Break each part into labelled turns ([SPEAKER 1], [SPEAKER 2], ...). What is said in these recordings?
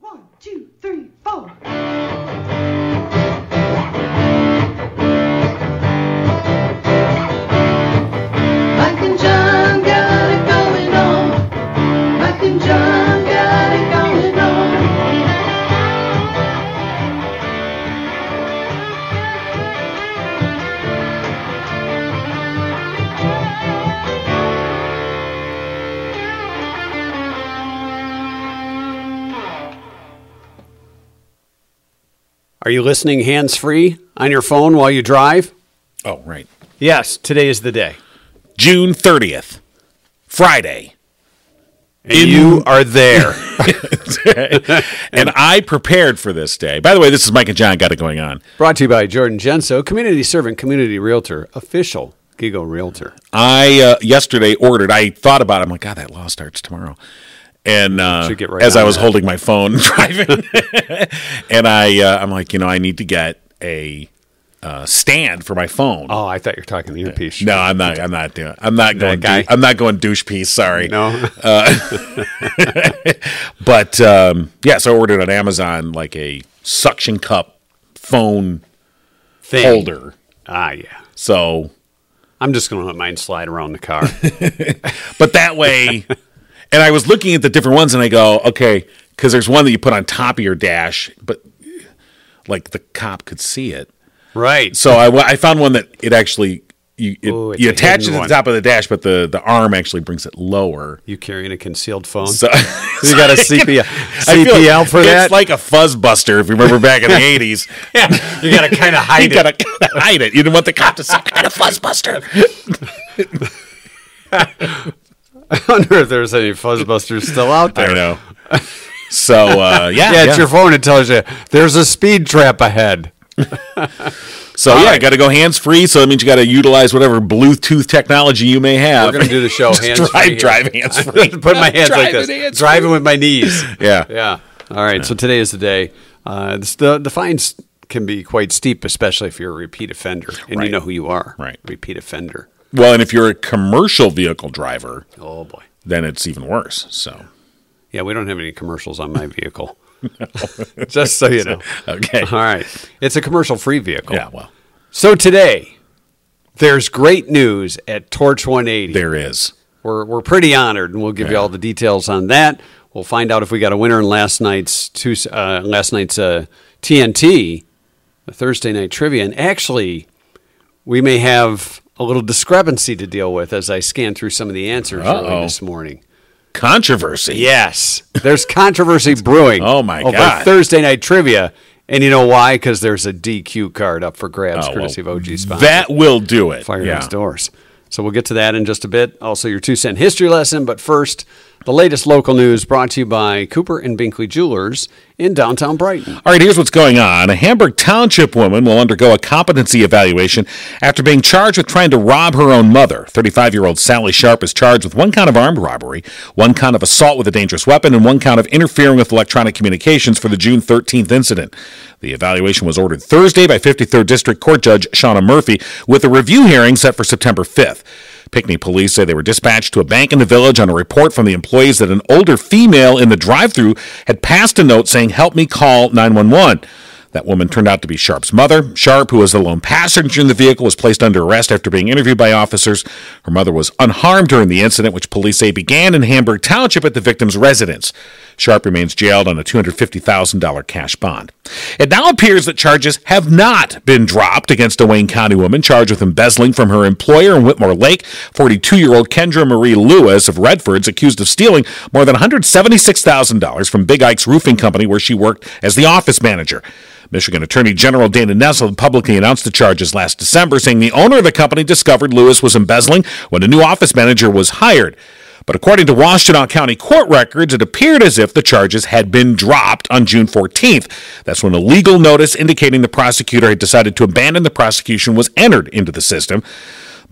[SPEAKER 1] One, two, three, four. Mike and John got it going on. Mike and John got it going on.
[SPEAKER 2] Are you listening hands free on your phone while you drive?
[SPEAKER 3] Oh, right.
[SPEAKER 4] Yes, today is the day.
[SPEAKER 3] June 30th, Friday.
[SPEAKER 2] And you are there.
[SPEAKER 3] and I prepared for this day. By the way, this is Mike and John got it going on.
[SPEAKER 2] Brought to you by Jordan Genso, community servant, community realtor, official Gigo Realtor.
[SPEAKER 3] I uh, yesterday ordered. I thought about. it. I'm like, God, that law starts tomorrow. And uh,
[SPEAKER 2] Should get right
[SPEAKER 3] as I
[SPEAKER 2] on
[SPEAKER 3] was
[SPEAKER 2] that.
[SPEAKER 3] holding my phone driving, and I, uh, I'm like, you know, I need to get a uh, stand for my phone.
[SPEAKER 2] Oh, I thought you were talking the earpiece.
[SPEAKER 3] No, I'm not. I'm not doing. I'm not going.
[SPEAKER 2] guy?
[SPEAKER 3] dou- I'm not going douche piece. Sorry.
[SPEAKER 2] No.
[SPEAKER 3] But um, yeah, so I ordered on Amazon like a suction cup phone
[SPEAKER 2] Thing.
[SPEAKER 3] holder.
[SPEAKER 2] Ah, yeah.
[SPEAKER 3] So,
[SPEAKER 2] I'm just going to let mine slide around the car.
[SPEAKER 3] but that way, and I was looking at the different ones, and I go, okay, because there's one that you put on top of your dash, but like the cop could see it.
[SPEAKER 2] right.
[SPEAKER 3] So I, I found one that it actually you it,
[SPEAKER 2] Ooh, it's
[SPEAKER 3] you
[SPEAKER 2] a
[SPEAKER 3] attach
[SPEAKER 2] hidden
[SPEAKER 3] it to the
[SPEAKER 2] one.
[SPEAKER 3] top of the dash, but the the arm actually brings it lower.
[SPEAKER 2] You carrying a concealed phone?
[SPEAKER 3] So.
[SPEAKER 2] you got a CPL,
[SPEAKER 3] I feel
[SPEAKER 2] CPL for
[SPEAKER 3] it's
[SPEAKER 2] that?
[SPEAKER 3] It's like a fuzz buster if you remember back in the 80s.
[SPEAKER 2] yeah, you got to kind of
[SPEAKER 3] you
[SPEAKER 2] hide it.
[SPEAKER 3] gotta gotta hide it. You didn't want the cop to say, I got a fuzzbuster.
[SPEAKER 2] I wonder if there's any fuzzbusters still out
[SPEAKER 3] I
[SPEAKER 2] there.
[SPEAKER 3] know. So uh, yeah,
[SPEAKER 2] Yeah, it's your phone. It tells you there's a speed trap ahead.
[SPEAKER 3] so yeah, got to go hands free. So that means you got to utilize whatever Bluetooth technology you may have.
[SPEAKER 2] We're going to do the show hands
[SPEAKER 3] drive,
[SPEAKER 2] free.
[SPEAKER 3] drive hands free.
[SPEAKER 2] Put my hands like this. Driving with my knees.
[SPEAKER 3] Yeah.
[SPEAKER 2] Yeah. All right. So today is the day. Uh, this, the, the fines can be quite steep, especially if you're a repeat offender and
[SPEAKER 3] Right.
[SPEAKER 2] you know who you are.
[SPEAKER 3] Right.
[SPEAKER 2] Repeat offender.
[SPEAKER 3] Well, and if you're a commercial vehicle driver,
[SPEAKER 2] Oh, boy.
[SPEAKER 3] then it's even worse. So
[SPEAKER 2] Yeah, we don't have any commercials on my vehicle. Just so you know.
[SPEAKER 3] okay,
[SPEAKER 2] All right. It's a commercial free vehicle.
[SPEAKER 3] yeah. Well,
[SPEAKER 2] So today, there's great news at Torch 180.
[SPEAKER 3] there is.
[SPEAKER 2] We're, we're pretty honored, and we'll give you all the details on that. We'll find out if we got a winner in last night's two, uh, last night's uh, TNT, the Thursday night trivia. And actually, we may have a little discrepancy to deal with as I scan through some of the answers
[SPEAKER 3] Uh-oh.
[SPEAKER 2] early this morning.
[SPEAKER 3] Controversy.
[SPEAKER 2] Yes, there's controversy brewing.
[SPEAKER 3] Oh, my
[SPEAKER 2] over
[SPEAKER 3] God.
[SPEAKER 2] Thursday night trivia, and you know why? Because there's a DQ card up for grabs,
[SPEAKER 3] Oh, well,
[SPEAKER 2] courtesy of OG sponsor
[SPEAKER 3] That will do it.
[SPEAKER 2] fire
[SPEAKER 3] yeah.
[SPEAKER 2] next doors. So we'll get to that in just a bit. Also, your two cent history lesson. But first, the latest local news brought to you by Cooper and Binkley Jewelers in downtown Brighton.
[SPEAKER 3] All right, here's what's going on. A Hamburg Township woman will undergo a competency evaluation after being charged with trying to rob her own mother. 35 year old Sally Sharp is charged with one count of armed robbery, one count of assault with a dangerous weapon, and one count of interfering with electronic communications for the June 13th incident. The evaluation was ordered Thursday by 53rd District Court Judge Shauna Murphy, with a review hearing set for September 5th. Pinckney police say they were dispatched to a bank in the village on a report from the employees that an older female in the drive thru had passed a note saying, Help me call 911. That woman turned out to be Sharp's mother. Sharp, who was the lone passenger in the vehicle, was placed under arrest after being interviewed by officers. Her mother was unharmed during the incident, which police say began in Hamburg Township at the victim's residence. Sharp remains jailed on a $250,000 cash bond. It now appears that charges have not been dropped against a Wayne County woman charged with embezzling from her employer in Whitmore Lake. 42 year old Kendra Marie Lewis of Redford is accused of stealing more than $176,000 from Big Ike's roofing company, where she worked as the office manager. Michigan Attorney General Dana Nessel publicly announced the charges last December, saying the owner of the company discovered Lewis was embezzling when a new office manager was hired. But according to Washtenaw County court records, it appeared as if the charges had been dropped on June 14th. That's when a legal notice indicating the prosecutor had decided to abandon the prosecution was entered into the system.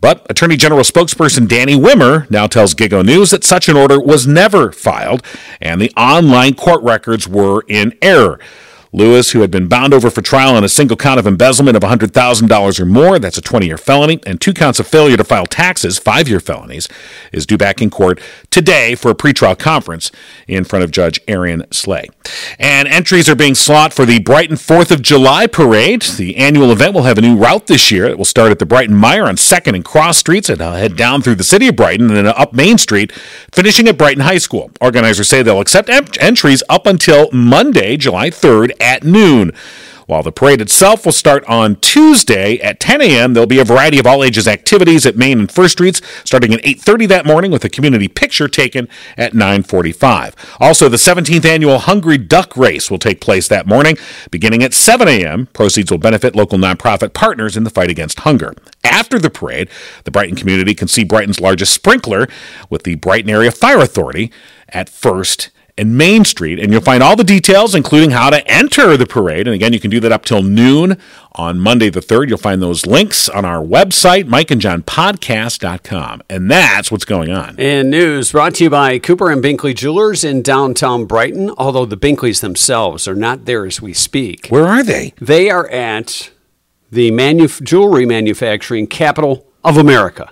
[SPEAKER 3] But Attorney General spokesperson Danny Wimmer now tells Gigo News that such an order was never filed and the online court records were in error. Lewis, who had been bound over for trial on a single count of embezzlement of $100,000 or more, that's a 20 year felony, and two counts of failure to file taxes, five year felonies, is due back in court today for a pretrial conference in front of Judge Aaron Slay. And entries are being sought for the Brighton 4th of July parade. The annual event will have a new route this year. It will start at the Brighton Mire on 2nd and Cross Streets and uh, head down through the city of Brighton and then up Main Street, finishing at Brighton High School. Organizers say they'll accept em- entries up until Monday, July 3rd at noon. While the parade itself will start on Tuesday at 10 a.m., there'll be a variety of all-ages activities at Main and First Streets, starting at 8:30 that morning with a community picture taken at 9:45. Also, the 17th annual Hungry Duck Race will take place that morning, beginning at 7 a.m. Proceeds will benefit local nonprofit partners in the fight against hunger. After the parade, the Brighton community can see Brighton's largest sprinkler with the Brighton Area Fire Authority at First and Main Street. And you'll find all the details, including how to enter the parade. And again, you can do that up till noon on Monday the 3rd. You'll find those links on our website, mikeandjohnpodcast.com. And that's what's going on.
[SPEAKER 2] And news brought to you by Cooper and Binkley Jewelers in downtown Brighton, although the Binkleys themselves are not there as we speak.
[SPEAKER 3] Where are they?
[SPEAKER 2] They are at the manuf- jewelry manufacturing capital of America.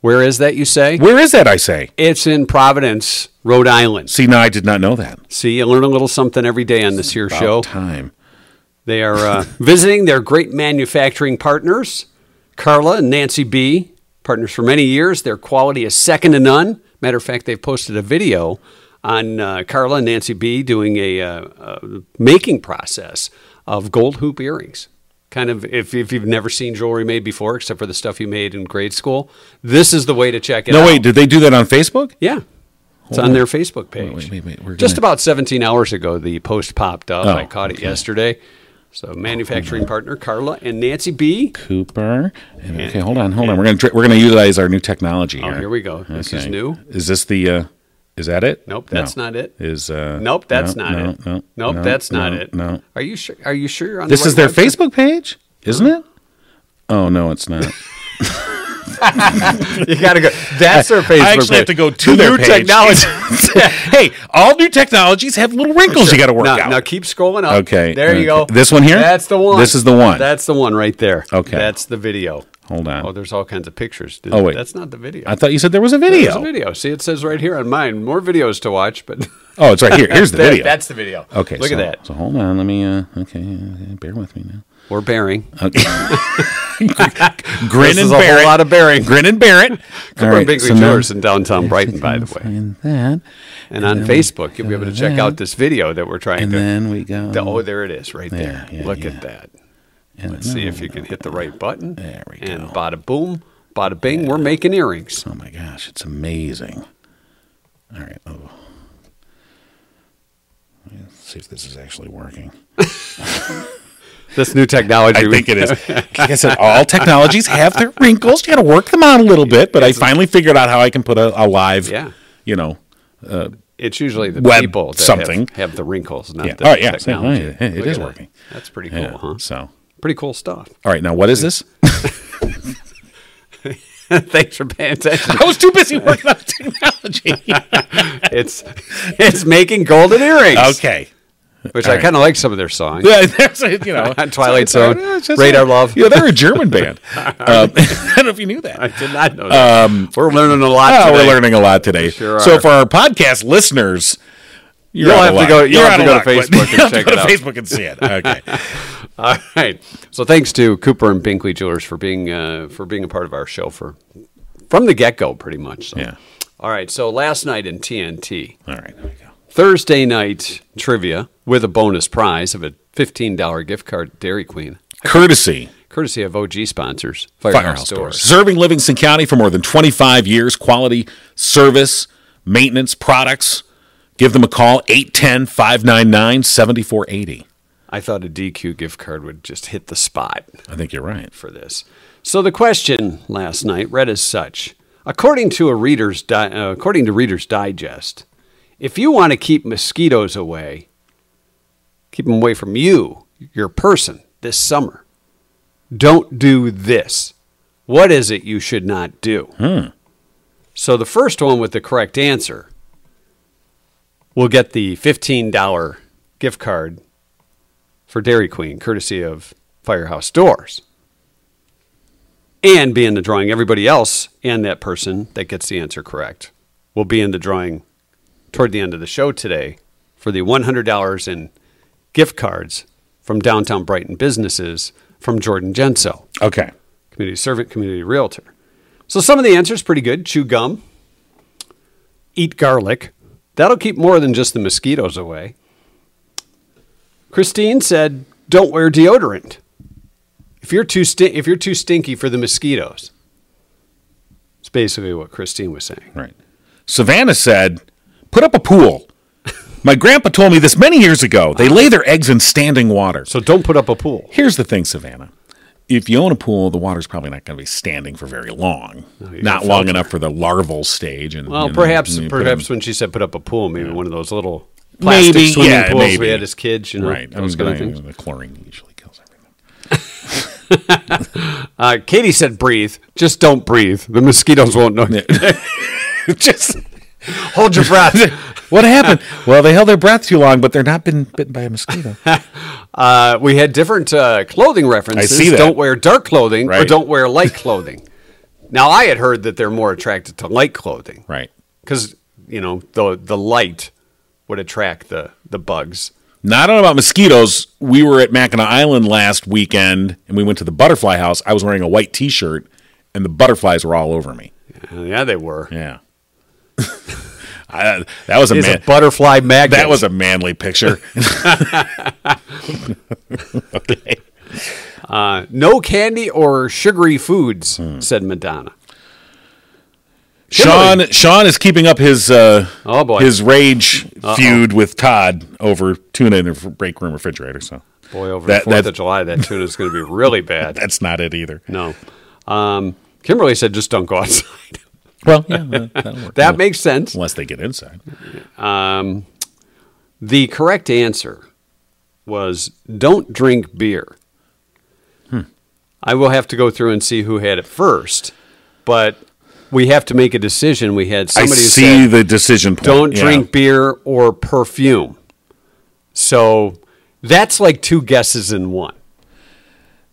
[SPEAKER 2] Where is that, you say?
[SPEAKER 3] Where is that, I say?
[SPEAKER 2] It's in Providence, Rhode Island.
[SPEAKER 3] See, now I did not know that.
[SPEAKER 2] See, you learn a little something every day on this here show.
[SPEAKER 3] About Time.
[SPEAKER 2] They are uh, visiting their great manufacturing partners, Carla and Nancy B, partners for many years. Their quality is second to none. Matter of fact, they've posted a video on uh, Carla and Nancy B doing a, uh, uh making process of gold hoop earrings. Kind of, if, if you've never seen jewelry made before, except for the stuff you made in grade school, this is the way to check it out.
[SPEAKER 3] No, wait, did they do that on Facebook?
[SPEAKER 2] Yeah. It's on their Facebook page.
[SPEAKER 3] wait, wait, wait, we're
[SPEAKER 2] Just
[SPEAKER 3] gonna-
[SPEAKER 2] about 17 hours ago, the post popped up.
[SPEAKER 3] Oh,
[SPEAKER 2] I caught it yesterday. So, manufacturing partner Carla and Nancy B.
[SPEAKER 3] Cooper. And, okay, hold on, hold on. We're gonna tra- we're gonna utilize our new technology here.
[SPEAKER 2] Oh, here we go. This is new.
[SPEAKER 3] Is this the? Uh, is that it?
[SPEAKER 2] Nope,
[SPEAKER 3] No.
[SPEAKER 2] that's not it.
[SPEAKER 3] Is uh,
[SPEAKER 2] Nope, that's
[SPEAKER 3] no,
[SPEAKER 2] not
[SPEAKER 3] no,
[SPEAKER 2] it.
[SPEAKER 3] No,
[SPEAKER 2] nope,
[SPEAKER 3] no,
[SPEAKER 2] that's not
[SPEAKER 3] no,
[SPEAKER 2] it.
[SPEAKER 3] No,
[SPEAKER 2] Are you sure? Are you sure? You're on
[SPEAKER 3] this
[SPEAKER 2] the
[SPEAKER 3] is
[SPEAKER 2] right
[SPEAKER 3] their
[SPEAKER 2] website?
[SPEAKER 3] Facebook page, isn't it? Oh no, it's not.
[SPEAKER 4] You gotta go. That's their Facebook.
[SPEAKER 3] I actually have
[SPEAKER 4] page.
[SPEAKER 3] to go to
[SPEAKER 4] The
[SPEAKER 3] their
[SPEAKER 4] new
[SPEAKER 3] page.
[SPEAKER 4] technology.
[SPEAKER 3] hey, all new technologies have little wrinkles you got to work
[SPEAKER 2] Now,
[SPEAKER 3] out.
[SPEAKER 2] now keep scrolling up.
[SPEAKER 3] Okay,
[SPEAKER 2] There you go.
[SPEAKER 3] okay. This one here?
[SPEAKER 2] That's the one.
[SPEAKER 3] This is the one.
[SPEAKER 2] That's the one right there.
[SPEAKER 3] Okay.
[SPEAKER 2] That's the video.
[SPEAKER 3] hold on.
[SPEAKER 2] Oh, there's all kinds of pictures.
[SPEAKER 3] Oh, wait.
[SPEAKER 2] That's not the video.
[SPEAKER 3] I thought you said there was a
[SPEAKER 2] There's
[SPEAKER 3] video.
[SPEAKER 2] a video. See, it says right here on mine. More videos to watch, but
[SPEAKER 3] Oh, it's right here. Here's the
[SPEAKER 2] There,
[SPEAKER 3] video.
[SPEAKER 2] that's the video.
[SPEAKER 3] okay.
[SPEAKER 2] Look
[SPEAKER 3] so,
[SPEAKER 2] at that.
[SPEAKER 3] So hold on. Let me. Uh, okay. uh, bear with me now.
[SPEAKER 2] We're bearing.
[SPEAKER 3] Grin
[SPEAKER 2] This
[SPEAKER 3] and
[SPEAKER 2] is a whole
[SPEAKER 3] bear it.
[SPEAKER 2] lot of bearing.
[SPEAKER 3] Grin and bear it. All
[SPEAKER 2] Cooper and
[SPEAKER 3] right,
[SPEAKER 2] Binkley
[SPEAKER 3] so now-
[SPEAKER 2] Jewelers in downtown Brighton, by the way.
[SPEAKER 3] Find that.
[SPEAKER 2] And on Facebook, you'll be able to check out this video that we're trying
[SPEAKER 3] And
[SPEAKER 2] to.
[SPEAKER 3] then we go.
[SPEAKER 2] the- oh, there it is, right there.
[SPEAKER 3] Yeah, yeah,
[SPEAKER 2] Look
[SPEAKER 3] yeah.
[SPEAKER 2] at that.
[SPEAKER 3] and
[SPEAKER 2] Let's see if you can hit the right button.
[SPEAKER 3] There we
[SPEAKER 2] and
[SPEAKER 3] go.
[SPEAKER 2] bada boom, bada bing, we're making earrings.
[SPEAKER 3] Oh my gosh, it's amazing. All right. Oh. Let's see if this is actually working.
[SPEAKER 2] This new technology.
[SPEAKER 3] I think it is. Like I said, all technologies have their wrinkles. You got to work them out a little bit, but I finally figured out how I can put a, a live,
[SPEAKER 2] Yeah.
[SPEAKER 3] you know,
[SPEAKER 2] It's usually the
[SPEAKER 3] Web
[SPEAKER 2] people that have-
[SPEAKER 3] something.
[SPEAKER 2] have, the wrinkles, not
[SPEAKER 3] Yeah.
[SPEAKER 2] the
[SPEAKER 3] All right, yeah. So,
[SPEAKER 2] technology.
[SPEAKER 3] hey, hey, it
[SPEAKER 2] Look
[SPEAKER 3] is
[SPEAKER 2] at that.
[SPEAKER 3] working.
[SPEAKER 2] That's pretty cool,
[SPEAKER 3] yeah,
[SPEAKER 2] huh?
[SPEAKER 3] So,
[SPEAKER 2] Pretty cool stuff.
[SPEAKER 3] all right. Now, what is this?
[SPEAKER 2] Thanks for paying attention.
[SPEAKER 3] I was too busy working on technology.
[SPEAKER 2] It's it's making golden earrings,
[SPEAKER 3] okay.
[SPEAKER 2] which
[SPEAKER 3] all
[SPEAKER 2] I
[SPEAKER 3] right.
[SPEAKER 2] kind of like some of their songs.
[SPEAKER 3] Yeah, there's a, you know
[SPEAKER 2] Twilight
[SPEAKER 3] it's all-
[SPEAKER 2] Zone,
[SPEAKER 3] yeah, it's just
[SPEAKER 2] Radar
[SPEAKER 3] all-
[SPEAKER 2] Love.
[SPEAKER 3] Yeah, they're a German band. Um, I don't know if you knew that.
[SPEAKER 2] I did not know that. we're learning a lot.
[SPEAKER 3] Oh,
[SPEAKER 2] today.
[SPEAKER 3] Um, we're learning a lot today.
[SPEAKER 2] sure
[SPEAKER 3] so
[SPEAKER 2] are.
[SPEAKER 3] for our podcast listeners, you're
[SPEAKER 2] You'll have
[SPEAKER 3] out of
[SPEAKER 2] to
[SPEAKER 3] luck.
[SPEAKER 2] go- you'll
[SPEAKER 3] You're
[SPEAKER 2] have
[SPEAKER 3] out
[SPEAKER 2] to
[SPEAKER 3] of
[SPEAKER 2] go to
[SPEAKER 3] luck,
[SPEAKER 2] Facebook
[SPEAKER 3] but
[SPEAKER 2] and
[SPEAKER 3] you'll have to
[SPEAKER 2] check
[SPEAKER 3] go
[SPEAKER 2] it
[SPEAKER 3] to
[SPEAKER 2] out.
[SPEAKER 3] Facebook and see it. Okay.
[SPEAKER 2] All right. So thanks to Cooper and Binkley Jewelers for being uh, for being a part of our show for from the get go, pretty much. So.
[SPEAKER 3] Yeah.
[SPEAKER 2] All right. So last night in TNT,
[SPEAKER 3] All right. There we go.
[SPEAKER 2] Thursday night trivia with a bonus prize of a fifteen dollar gift card to Dairy Queen,
[SPEAKER 3] Courtesy
[SPEAKER 2] courtesy of OG sponsors Firehouse,
[SPEAKER 3] Firehouse
[SPEAKER 2] Doors.
[SPEAKER 3] Doors. Serving Livingston County for more than 25 years, quality service, maintenance, products. Give them a call 810 599 7480.
[SPEAKER 2] I thought a DQ gift card would just hit the spot.
[SPEAKER 3] I think you're right.
[SPEAKER 2] for this. So the question last night read as such: According to a reader's di- uh, according to Reader's Digest, if you want to keep mosquitoes away, keep them away from you, your person, this summer, don't do this. What is it you should not do? So the first one with the correct answer will get the fifteen dollar gift card for Dairy Queen, courtesy of Firehouse Doors. And be in the drawing. Everybody else and that person that gets the answer correct will be in the drawing toward the end of the show today for the $100 in gift cards from downtown Brighton businesses from Jordan Genso
[SPEAKER 3] Okay.
[SPEAKER 2] community servant, community realtor. So some of the answers pretty good. Chew gum, eat garlic. That'll keep more than just the mosquitoes away. Christine said, "Don't wear deodorant. If you're too stink, if you're too stinky for the mosquitoes." It's basically what Christine was saying.
[SPEAKER 3] Right. Savannah said, put up a pool. My grandpa told me this many years ago. They lay their eggs in standing water. So
[SPEAKER 2] So don't put up a pool.
[SPEAKER 3] here's the thing, Savannah. If you own a pool, the water's probably not going to be standing for very long.
[SPEAKER 2] you
[SPEAKER 3] not
[SPEAKER 2] gotta
[SPEAKER 3] long
[SPEAKER 2] filter.
[SPEAKER 3] enough for the larval stage. And,
[SPEAKER 2] Well,
[SPEAKER 3] and-
[SPEAKER 2] perhaps
[SPEAKER 3] and you put
[SPEAKER 2] perhaps
[SPEAKER 3] them-
[SPEAKER 2] when she said put up a pool, maybe one of those little plastic
[SPEAKER 3] Maybe,
[SPEAKER 2] swimming
[SPEAKER 3] yeah,
[SPEAKER 2] pools
[SPEAKER 3] maybe.
[SPEAKER 2] we had as kids, you know,
[SPEAKER 3] right. I mean,
[SPEAKER 2] those kind of
[SPEAKER 3] but I-
[SPEAKER 2] things.
[SPEAKER 3] the chlorine usually kills everything.
[SPEAKER 2] Uh, Katie said, "Breathe. Just don't breathe. The mosquitoes won't know.
[SPEAKER 3] Just
[SPEAKER 2] Hold your breath."
[SPEAKER 3] what happened? well, they held their breath too long, but they're not been bitten by a mosquito.
[SPEAKER 2] Uh, we had different uh, clothing references.
[SPEAKER 3] I see that.
[SPEAKER 2] Don't wear dark clothing or
[SPEAKER 3] Right.
[SPEAKER 2] don't wear light clothing. now, I had heard that they're more attracted to light clothing,
[SPEAKER 3] right.
[SPEAKER 2] Because you know the the light would attract the the bugs.
[SPEAKER 3] Now, I don't know about mosquitoes. We were at Mackinac Island last weekend and we went to the butterfly house. I was wearing a white t shirt and the butterflies were all over me.
[SPEAKER 2] Uh, yeah, they were.
[SPEAKER 3] Yeah. I, that was a,
[SPEAKER 2] He's
[SPEAKER 3] man,
[SPEAKER 2] a butterfly magnet.
[SPEAKER 3] that was a manly picture.
[SPEAKER 2] uh, no candy or sugary foods,"
[SPEAKER 3] Hmm.
[SPEAKER 2] said Madonna.
[SPEAKER 3] Sean Sean is keeping up his uh,
[SPEAKER 2] Oh, boy.
[SPEAKER 3] his rage feud with Todd over tuna in the break room refrigerator. So
[SPEAKER 2] Boy, over the
[SPEAKER 3] That-
[SPEAKER 2] Fourth
[SPEAKER 3] that-
[SPEAKER 2] of July, that tuna is going to be really bad.
[SPEAKER 3] that's not it either.
[SPEAKER 2] No. Um, Kimberly said, just don't go outside.
[SPEAKER 3] Well, yeah, that- that'll work.
[SPEAKER 2] that makes sense.
[SPEAKER 3] unless they get inside.
[SPEAKER 2] Um, the correct answer was don't drink beer.
[SPEAKER 3] Hmm.
[SPEAKER 2] I will have to go through and see who had it first, but we have to make a decision. We had
[SPEAKER 3] I
[SPEAKER 2] somebody who
[SPEAKER 3] see
[SPEAKER 2] said,
[SPEAKER 3] the decision point.
[SPEAKER 2] don't
[SPEAKER 3] yeah.
[SPEAKER 2] drink beer or perfume. So that's like two guesses in one.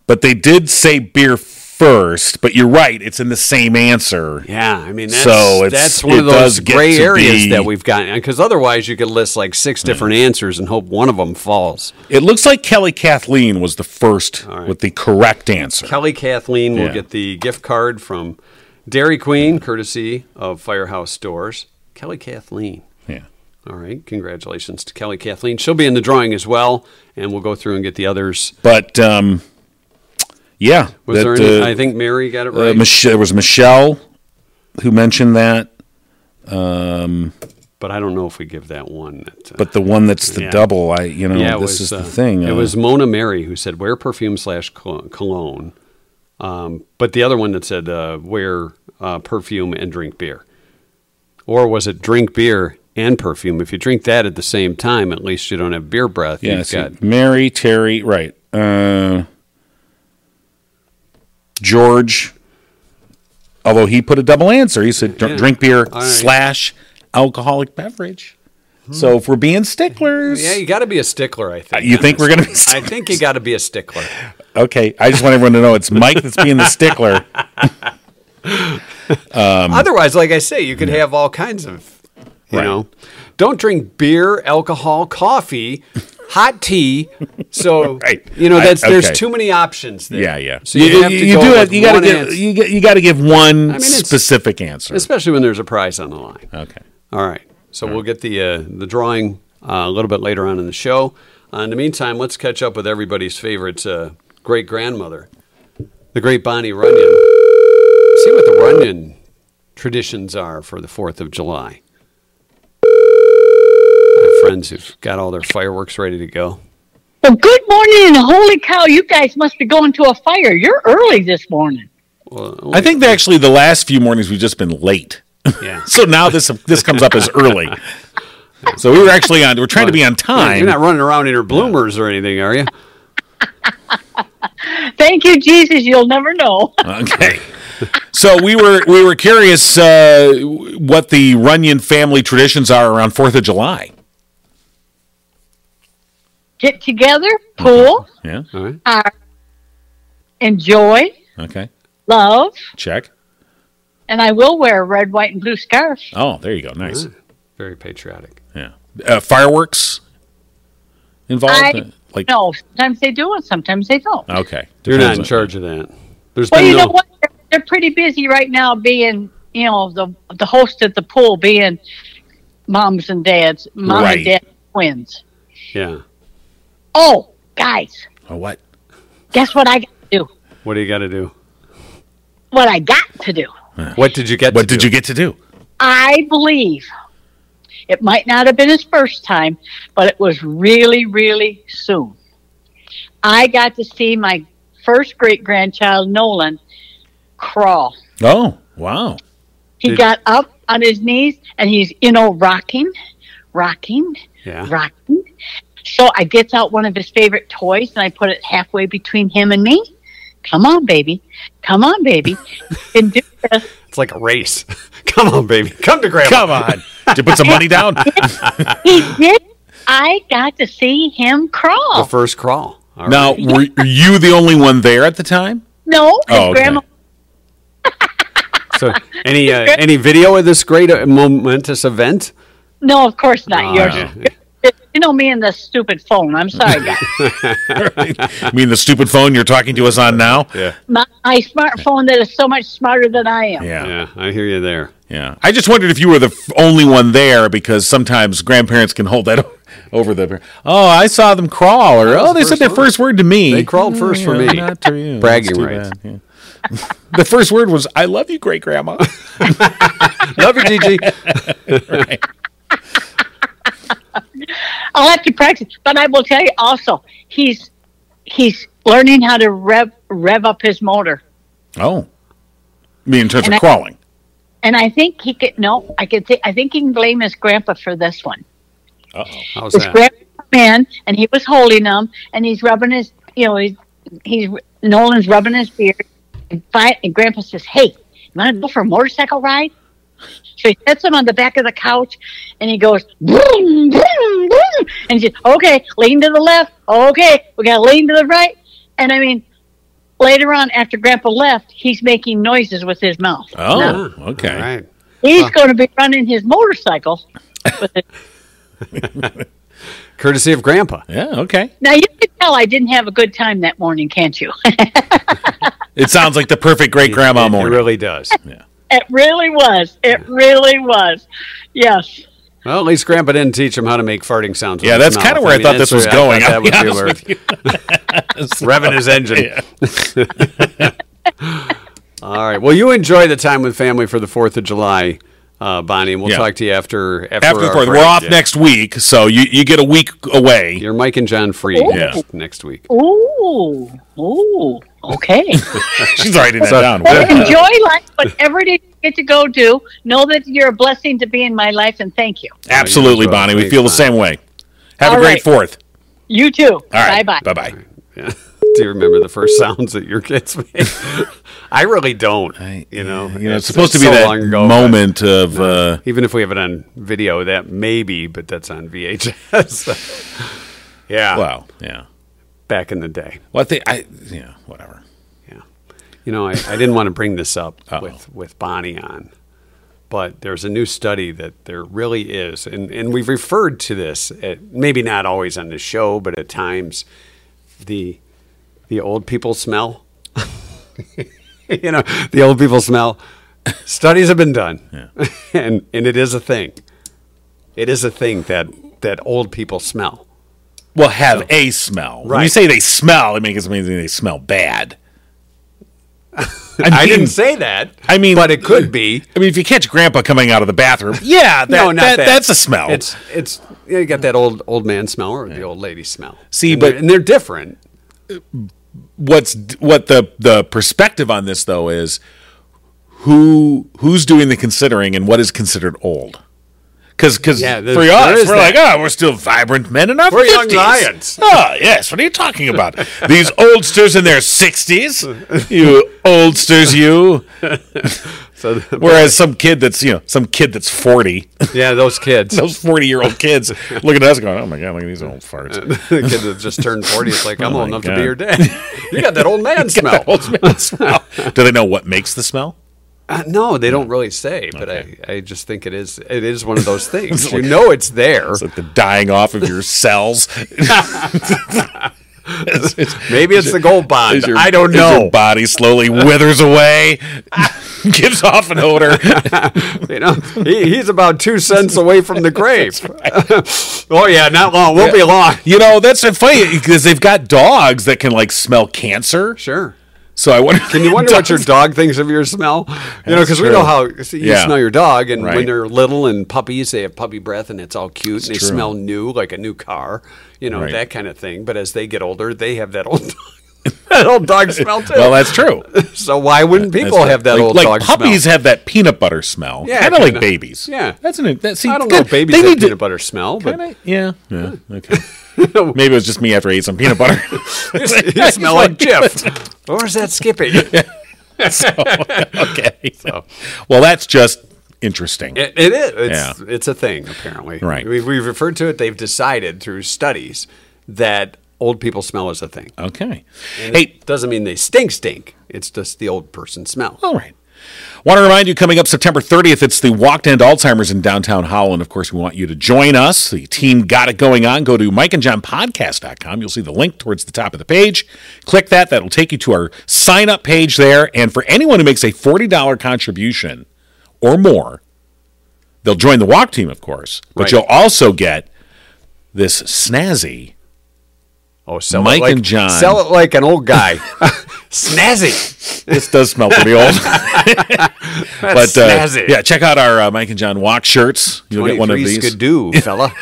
[SPEAKER 3] But they did say beer first, but you're right, it's in the same answer.
[SPEAKER 2] Yeah, I mean that's
[SPEAKER 3] So it's-
[SPEAKER 2] that's one
[SPEAKER 3] it
[SPEAKER 2] of those
[SPEAKER 3] does get
[SPEAKER 2] gray
[SPEAKER 3] to
[SPEAKER 2] areas
[SPEAKER 3] be- Hmm.
[SPEAKER 2] that we've gotten because otherwise you could list like six different answers and hope one of them falls.
[SPEAKER 3] It looks like Kelly Kathleen was the first with the correct answer.
[SPEAKER 2] Kelly Kathleen will
[SPEAKER 3] Yeah.
[SPEAKER 2] get the gift card from Dairy Queen, courtesy of Firehouse Stores. Kelly Kathleen.
[SPEAKER 3] yeah.
[SPEAKER 2] All right, congratulations to Kelly Kathleen. She'll be in the drawing as well, and we'll go through and get the others.
[SPEAKER 3] But um yeah,
[SPEAKER 2] Was
[SPEAKER 3] that,
[SPEAKER 2] there any?
[SPEAKER 3] uh,
[SPEAKER 2] I think Mary got it
[SPEAKER 3] uh,
[SPEAKER 2] right.
[SPEAKER 3] Mich- there was Michelle who mentioned that,
[SPEAKER 2] but I don't know if we give that one. That, uh,
[SPEAKER 3] but the one that's the
[SPEAKER 2] Yeah.
[SPEAKER 3] double, I you know,
[SPEAKER 2] yeah, it
[SPEAKER 3] this
[SPEAKER 2] was,
[SPEAKER 3] is
[SPEAKER 2] uh,
[SPEAKER 3] the thing.
[SPEAKER 2] It
[SPEAKER 3] uh,
[SPEAKER 2] was Mona Mary who said wear perfume slash col- cologne, um, but the other one that said uh, wear uh, perfume and drink beer, or was it drink beer and perfume? If you drink that at the same time, at least you don't have beer breath.
[SPEAKER 3] yeah,
[SPEAKER 2] You've
[SPEAKER 3] see,
[SPEAKER 2] got
[SPEAKER 3] Mary Terry, right? Uh, George, although he put a double answer, he said dr-
[SPEAKER 2] Yeah.
[SPEAKER 3] drink beer
[SPEAKER 2] All right. Hmm.
[SPEAKER 3] slash alcoholic beverage. So if we're being sticklers,
[SPEAKER 2] yeah, you got to be a stickler. I think.
[SPEAKER 3] you think we're gonna be?
[SPEAKER 2] I think you got to be a stickler.
[SPEAKER 3] Okay, I just want everyone to know it's Mike that's being the stickler.
[SPEAKER 2] Otherwise, like I say, you could have all kinds of, you
[SPEAKER 3] Mm. Right.
[SPEAKER 2] know, don't drink beer, alcohol, coffee, hot tea. So
[SPEAKER 3] Right.
[SPEAKER 2] you know
[SPEAKER 3] I-
[SPEAKER 2] that's there's
[SPEAKER 3] okay.
[SPEAKER 2] too many options. There.
[SPEAKER 3] Yeah, yeah.
[SPEAKER 2] So you, have to go with
[SPEAKER 3] You gotta
[SPEAKER 2] one
[SPEAKER 3] give.
[SPEAKER 2] answer,
[SPEAKER 3] You, get- you gotta give one
[SPEAKER 2] mean, it's-
[SPEAKER 3] specific answer.
[SPEAKER 2] especially when there's a prize on the line.
[SPEAKER 3] okay.
[SPEAKER 2] All right. So we'll get the uh, the drawing uh, a little bit later on in the show. Uh, in the meantime, let's catch up with everybody's favorite uh, great grandmother, the great Bonnie Runyon. See what the Runyon traditions are for the Fourth of July. My friends who've got all their fireworks ready to go.
[SPEAKER 5] Well, good morning, and holy cow, you guys must be going to a fire. You're early this morning.
[SPEAKER 2] Well,
[SPEAKER 3] I think that actually the last few mornings we've just been late,
[SPEAKER 2] yeah.
[SPEAKER 3] so now this this comes up as early. So we were actually on. We're trying to be on time.
[SPEAKER 2] You're not running around in your bloomers or anything, are you?
[SPEAKER 5] Thank you, Jesus. You'll never know.
[SPEAKER 3] Okay. So we were we were curious uh, what the Runyon family traditions are around Fourth of July.
[SPEAKER 5] get together, pool,
[SPEAKER 3] Yeah.
[SPEAKER 2] All right.
[SPEAKER 5] Uh, enjoy,
[SPEAKER 3] Okay.
[SPEAKER 5] love,
[SPEAKER 3] Check.
[SPEAKER 5] and I will wear a red, white, and blue scarf.
[SPEAKER 3] Oh, there you go. Nice.
[SPEAKER 2] Very patriotic.
[SPEAKER 3] Yeah. Uh, fireworks involved? Uh,
[SPEAKER 5] I-
[SPEAKER 3] like
[SPEAKER 5] No, sometimes they do and sometimes they don't.
[SPEAKER 3] okay.
[SPEAKER 2] You're not
[SPEAKER 3] Depends
[SPEAKER 2] in
[SPEAKER 3] on-
[SPEAKER 2] charge of that. There's
[SPEAKER 5] Well,
[SPEAKER 2] been
[SPEAKER 5] you
[SPEAKER 2] no.
[SPEAKER 5] know what? They're, they're pretty busy right now, being you know the the host at the pool being moms and dads, mom
[SPEAKER 3] Right.
[SPEAKER 5] and dad twins.
[SPEAKER 2] Yeah.
[SPEAKER 5] Oh, guys,
[SPEAKER 3] Oh, what?
[SPEAKER 5] guess what I got to do?
[SPEAKER 2] What do you got to do?
[SPEAKER 5] What I got to do?
[SPEAKER 2] What did you get?
[SPEAKER 3] What did you get to do?
[SPEAKER 5] I believe it might not have been his first time, but it was really, really soon. I got to see my first great grandchild Nolan crawl.
[SPEAKER 3] Oh, wow.
[SPEAKER 5] He
[SPEAKER 2] Did-
[SPEAKER 5] got up on his knees and he's, you know, rocking, rocking,
[SPEAKER 2] Yeah.
[SPEAKER 5] rocking. So I gets out one of his favorite toys and I put it halfway between him and me. Come on, baby. Come on, baby. and do this.
[SPEAKER 2] It's like a race. Come on, baby. Come to grandma.
[SPEAKER 3] Come on. Did you put some money down?
[SPEAKER 5] He did. I got to see him
[SPEAKER 2] The
[SPEAKER 5] crawl.
[SPEAKER 2] first crawl. All
[SPEAKER 3] now,
[SPEAKER 2] right.
[SPEAKER 3] were you the only one there at the time?
[SPEAKER 5] no, his
[SPEAKER 3] Oh, okay.
[SPEAKER 5] grandma.
[SPEAKER 2] So, any uh, any video of this great uh, momentous event?
[SPEAKER 5] No, of course
[SPEAKER 3] Oh,
[SPEAKER 5] not. You're,
[SPEAKER 2] No.
[SPEAKER 5] you know me and the stupid phone. I'm sorry, guys.
[SPEAKER 3] I mean, the stupid phone you're talking to us on now? Yeah.
[SPEAKER 5] my, my smartphone that is so much smarter than I am.
[SPEAKER 3] Yeah.
[SPEAKER 2] Yeah, I hear you there.
[SPEAKER 3] Yeah. I just wondered if you were the f- only one there because sometimes grandparents can hold that o- over the. Oh, I saw them crawl, or oh, they
[SPEAKER 2] the
[SPEAKER 3] said
[SPEAKER 2] first
[SPEAKER 3] their
[SPEAKER 2] word.
[SPEAKER 3] first word to me.
[SPEAKER 2] They crawled first for
[SPEAKER 3] Yeah,
[SPEAKER 2] me.
[SPEAKER 3] not to you.
[SPEAKER 2] Bragging
[SPEAKER 3] That's too
[SPEAKER 2] rights.
[SPEAKER 3] bad, yeah. the first word was "I love you, great grandma."
[SPEAKER 2] Love you, Gigi.
[SPEAKER 5] I'll have to practice. But I will tell you also, he's he's learning how to rev rev up his motor.
[SPEAKER 3] oh, I mean in terms
[SPEAKER 5] And
[SPEAKER 3] of
[SPEAKER 5] I-
[SPEAKER 3] crawling.
[SPEAKER 5] And I think he could no, I could say I think he can blame his grandpa for this one.
[SPEAKER 2] How's
[SPEAKER 5] His
[SPEAKER 2] that?
[SPEAKER 5] grandpa came in and he was holding him and he's rubbing his you know, he's he's Nolan's rubbing his beard and, fi- and grandpa says, Hey, you wanna go for a motorcycle ride? So he sets him on the back of the couch and he goes boom, boom, boom and he says, Okay, lean to the left, okay, we gotta lean to the right and I mean later on after grandpa left, he's making noises with his mouth.
[SPEAKER 3] Oh,
[SPEAKER 5] Now,
[SPEAKER 3] okay.
[SPEAKER 2] All right.
[SPEAKER 5] He's going to be running his motorcycle.
[SPEAKER 2] Courtesy of Grandpa.
[SPEAKER 3] Yeah, okay.
[SPEAKER 5] Now you can tell I didn't have a good time that morning, can't you?
[SPEAKER 3] It sounds like the perfect great grandma
[SPEAKER 2] It-
[SPEAKER 3] morning.
[SPEAKER 2] It really does.
[SPEAKER 5] it really was. It really was. Yes.
[SPEAKER 2] Well, at least Grandpa didn't teach him how to make farting sounds. with
[SPEAKER 3] Yeah,
[SPEAKER 2] his
[SPEAKER 3] that's
[SPEAKER 2] mouth.
[SPEAKER 3] kinda where I thought
[SPEAKER 2] that's
[SPEAKER 3] this was
[SPEAKER 2] where
[SPEAKER 3] going,
[SPEAKER 2] thought
[SPEAKER 3] I'll be honest with
[SPEAKER 2] Revving his engine. All right. Well, you enjoy the time with family for the Fourth of July, uh, Bonnie, and we'll
[SPEAKER 3] Yeah.
[SPEAKER 2] talk to you after after,
[SPEAKER 3] After the
[SPEAKER 2] our
[SPEAKER 3] fourth, we're
[SPEAKER 2] break.
[SPEAKER 3] off
[SPEAKER 2] Yeah.
[SPEAKER 3] next week, so you, you get a week away.
[SPEAKER 2] You're Mike and John free
[SPEAKER 3] Yeah.
[SPEAKER 2] next, next week.
[SPEAKER 5] Ooh. Ooh. Okay.
[SPEAKER 3] She's writing that down.
[SPEAKER 5] well, enjoy life, whatever it is you get to go do. Know that you're a blessing to be in my life, and thank you.
[SPEAKER 3] Absolutely,
[SPEAKER 2] You're welcome.
[SPEAKER 3] Bonnie. We
[SPEAKER 2] Thanks,
[SPEAKER 3] feel the
[SPEAKER 2] Bonnie.
[SPEAKER 3] same way. Have a
[SPEAKER 5] All
[SPEAKER 3] great
[SPEAKER 5] right.
[SPEAKER 3] fourth.
[SPEAKER 5] You too.
[SPEAKER 3] All right.
[SPEAKER 5] Bye bye.
[SPEAKER 3] Bye bye.
[SPEAKER 2] Yeah. Do you remember the first sounds that your kids made? I really don't. you know,
[SPEAKER 3] You know, it's, supposed to be
[SPEAKER 2] so
[SPEAKER 3] that
[SPEAKER 2] long ago,
[SPEAKER 3] moment of uh,
[SPEAKER 2] but Even if we have it on video, that maybe, but that's on VHS. yeah,
[SPEAKER 3] wow. Yeah.
[SPEAKER 2] back in the day.
[SPEAKER 3] Well, I think I yeah whatever.
[SPEAKER 2] Yeah. You know, I, I didn't want to bring this up
[SPEAKER 3] Uh-oh.
[SPEAKER 2] with, with Bonnie on, but there's a new study that there really is, and, and we've referred to this, at, maybe not always on the show, but at times, the, the old people smell. you know, the old people smell. Studies have been done, and, and it is a thing. It is a thing that, that old people smell.
[SPEAKER 3] Well, have a smell. When you
[SPEAKER 2] Right.
[SPEAKER 3] say they smell, it makes it mean they smell bad. I,
[SPEAKER 2] I
[SPEAKER 3] mean-
[SPEAKER 2] didn't say that.
[SPEAKER 3] I mean-
[SPEAKER 2] but it could be.
[SPEAKER 3] I mean, if you catch Grandpa coming out of the bathroom, yeah, Uh, that,
[SPEAKER 2] no, not that,
[SPEAKER 3] That's a smell.
[SPEAKER 2] It's it's you got that old old man smell or the old lady smell.
[SPEAKER 3] See,
[SPEAKER 2] And
[SPEAKER 3] but-
[SPEAKER 2] they're, and they're different.
[SPEAKER 3] what's what the the perspective on this though is who who's doing the considering and what is considered old because
[SPEAKER 2] Yeah, there's-
[SPEAKER 3] for
[SPEAKER 2] there
[SPEAKER 3] us
[SPEAKER 2] is
[SPEAKER 3] we're like
[SPEAKER 2] that.
[SPEAKER 3] oh we're still vibrant men in our
[SPEAKER 2] We're young
[SPEAKER 3] 50s.
[SPEAKER 2] lions.
[SPEAKER 3] oh yes what are you talking about these oldsters in their 60s you oldsters you
[SPEAKER 2] So the-
[SPEAKER 3] Whereas some kid that's you know some kid that's forty,
[SPEAKER 2] yeah, those kids.
[SPEAKER 3] those forty year old kids looking at us going, oh my god, look at these old farts.
[SPEAKER 2] the kid that just turned 40 it's like i'm
[SPEAKER 3] Oh
[SPEAKER 2] old
[SPEAKER 3] my
[SPEAKER 2] enough
[SPEAKER 3] God.
[SPEAKER 2] to be your dad you got that old man smell
[SPEAKER 3] Old smell- smell. Do they know what makes the smell?
[SPEAKER 2] uh, no they don't really say but I, I just think it is it is one of those things you know it's there
[SPEAKER 3] It's like the dying off of your cells. It's- it's-
[SPEAKER 2] maybe it's the gold bond
[SPEAKER 3] As your-
[SPEAKER 2] i don't
[SPEAKER 3] as your
[SPEAKER 2] know
[SPEAKER 3] body slowly withers away, gives off an odor.
[SPEAKER 2] you know he, he's about two cents away from the grave oh yeah not long won't be long
[SPEAKER 3] You know, that's funny because they've got dogs that can like smell cancer.
[SPEAKER 2] sure
[SPEAKER 3] So I wonder.
[SPEAKER 2] Can you wonder what your dog thinks of your smell? You know,
[SPEAKER 3] That's
[SPEAKER 2] because we
[SPEAKER 3] true.
[SPEAKER 2] know how see, you
[SPEAKER 3] Yeah.
[SPEAKER 2] smell your dog, and
[SPEAKER 3] Right.
[SPEAKER 2] when they're little and puppies, they have puppy breath, and it's all cute, and they
[SPEAKER 3] true.
[SPEAKER 2] smell new, like a new car, you know,
[SPEAKER 3] Right.
[SPEAKER 2] that kind of thing. But as they get older, they have that old dog, that old dog smell too.
[SPEAKER 3] Well, that's true.
[SPEAKER 2] so why wouldn't
[SPEAKER 3] That's
[SPEAKER 2] people
[SPEAKER 3] true.
[SPEAKER 2] have that
[SPEAKER 3] like,
[SPEAKER 2] old
[SPEAKER 3] like
[SPEAKER 2] dog
[SPEAKER 3] puppies
[SPEAKER 2] smell?
[SPEAKER 3] have that peanut butter smell.
[SPEAKER 2] Yeah,
[SPEAKER 3] kind of like
[SPEAKER 2] kinda.
[SPEAKER 3] babies.
[SPEAKER 2] Yeah.
[SPEAKER 3] that's an that, see,
[SPEAKER 2] I don't know
[SPEAKER 3] good.
[SPEAKER 2] if babies
[SPEAKER 3] They
[SPEAKER 2] have
[SPEAKER 3] need
[SPEAKER 2] peanut
[SPEAKER 3] to,
[SPEAKER 2] butter smell, but
[SPEAKER 3] Kinda, yeah, yeah, okay. Maybe it was just me after I ate some peanut butter.
[SPEAKER 2] you smell like Jif. Or is that Skippy? It,
[SPEAKER 3] okay. Well, that's just interesting.
[SPEAKER 2] it is. It's,
[SPEAKER 3] Yeah.
[SPEAKER 2] it's a thing, apparently.
[SPEAKER 3] Right.
[SPEAKER 2] We, we've referred to it. They've decided through studies that old people smell is a thing.
[SPEAKER 3] Okay.
[SPEAKER 2] And
[SPEAKER 3] Hey,
[SPEAKER 2] it doesn't mean they stink stink. It's just the old person smell.
[SPEAKER 3] All right. Want to remind you, coming up September 30th, it's the Walk to End Alzheimer's in downtown Holland. Of course, we want you to join us. The team got it going on. Go to mikeandjohnpodcast.com. You'll see the link towards the top of the page. Click that. That'll take you to our sign up page there. And for anyone who makes a $40 contribution or more, they'll join the walk team, of course. But
[SPEAKER 2] Right.
[SPEAKER 3] you'll also get this snazzy
[SPEAKER 2] Oh, sell
[SPEAKER 3] Mike
[SPEAKER 2] it like,
[SPEAKER 3] and John.
[SPEAKER 2] Sell it like an old guy. snazzy.
[SPEAKER 3] this does smell pretty old. but
[SPEAKER 2] That's
[SPEAKER 3] uh,
[SPEAKER 2] snazzy.
[SPEAKER 3] yeah, check out our uh, Mike and John walk shirts. You'll get one of
[SPEAKER 2] 23
[SPEAKER 3] these.
[SPEAKER 2] Skidoo, fella.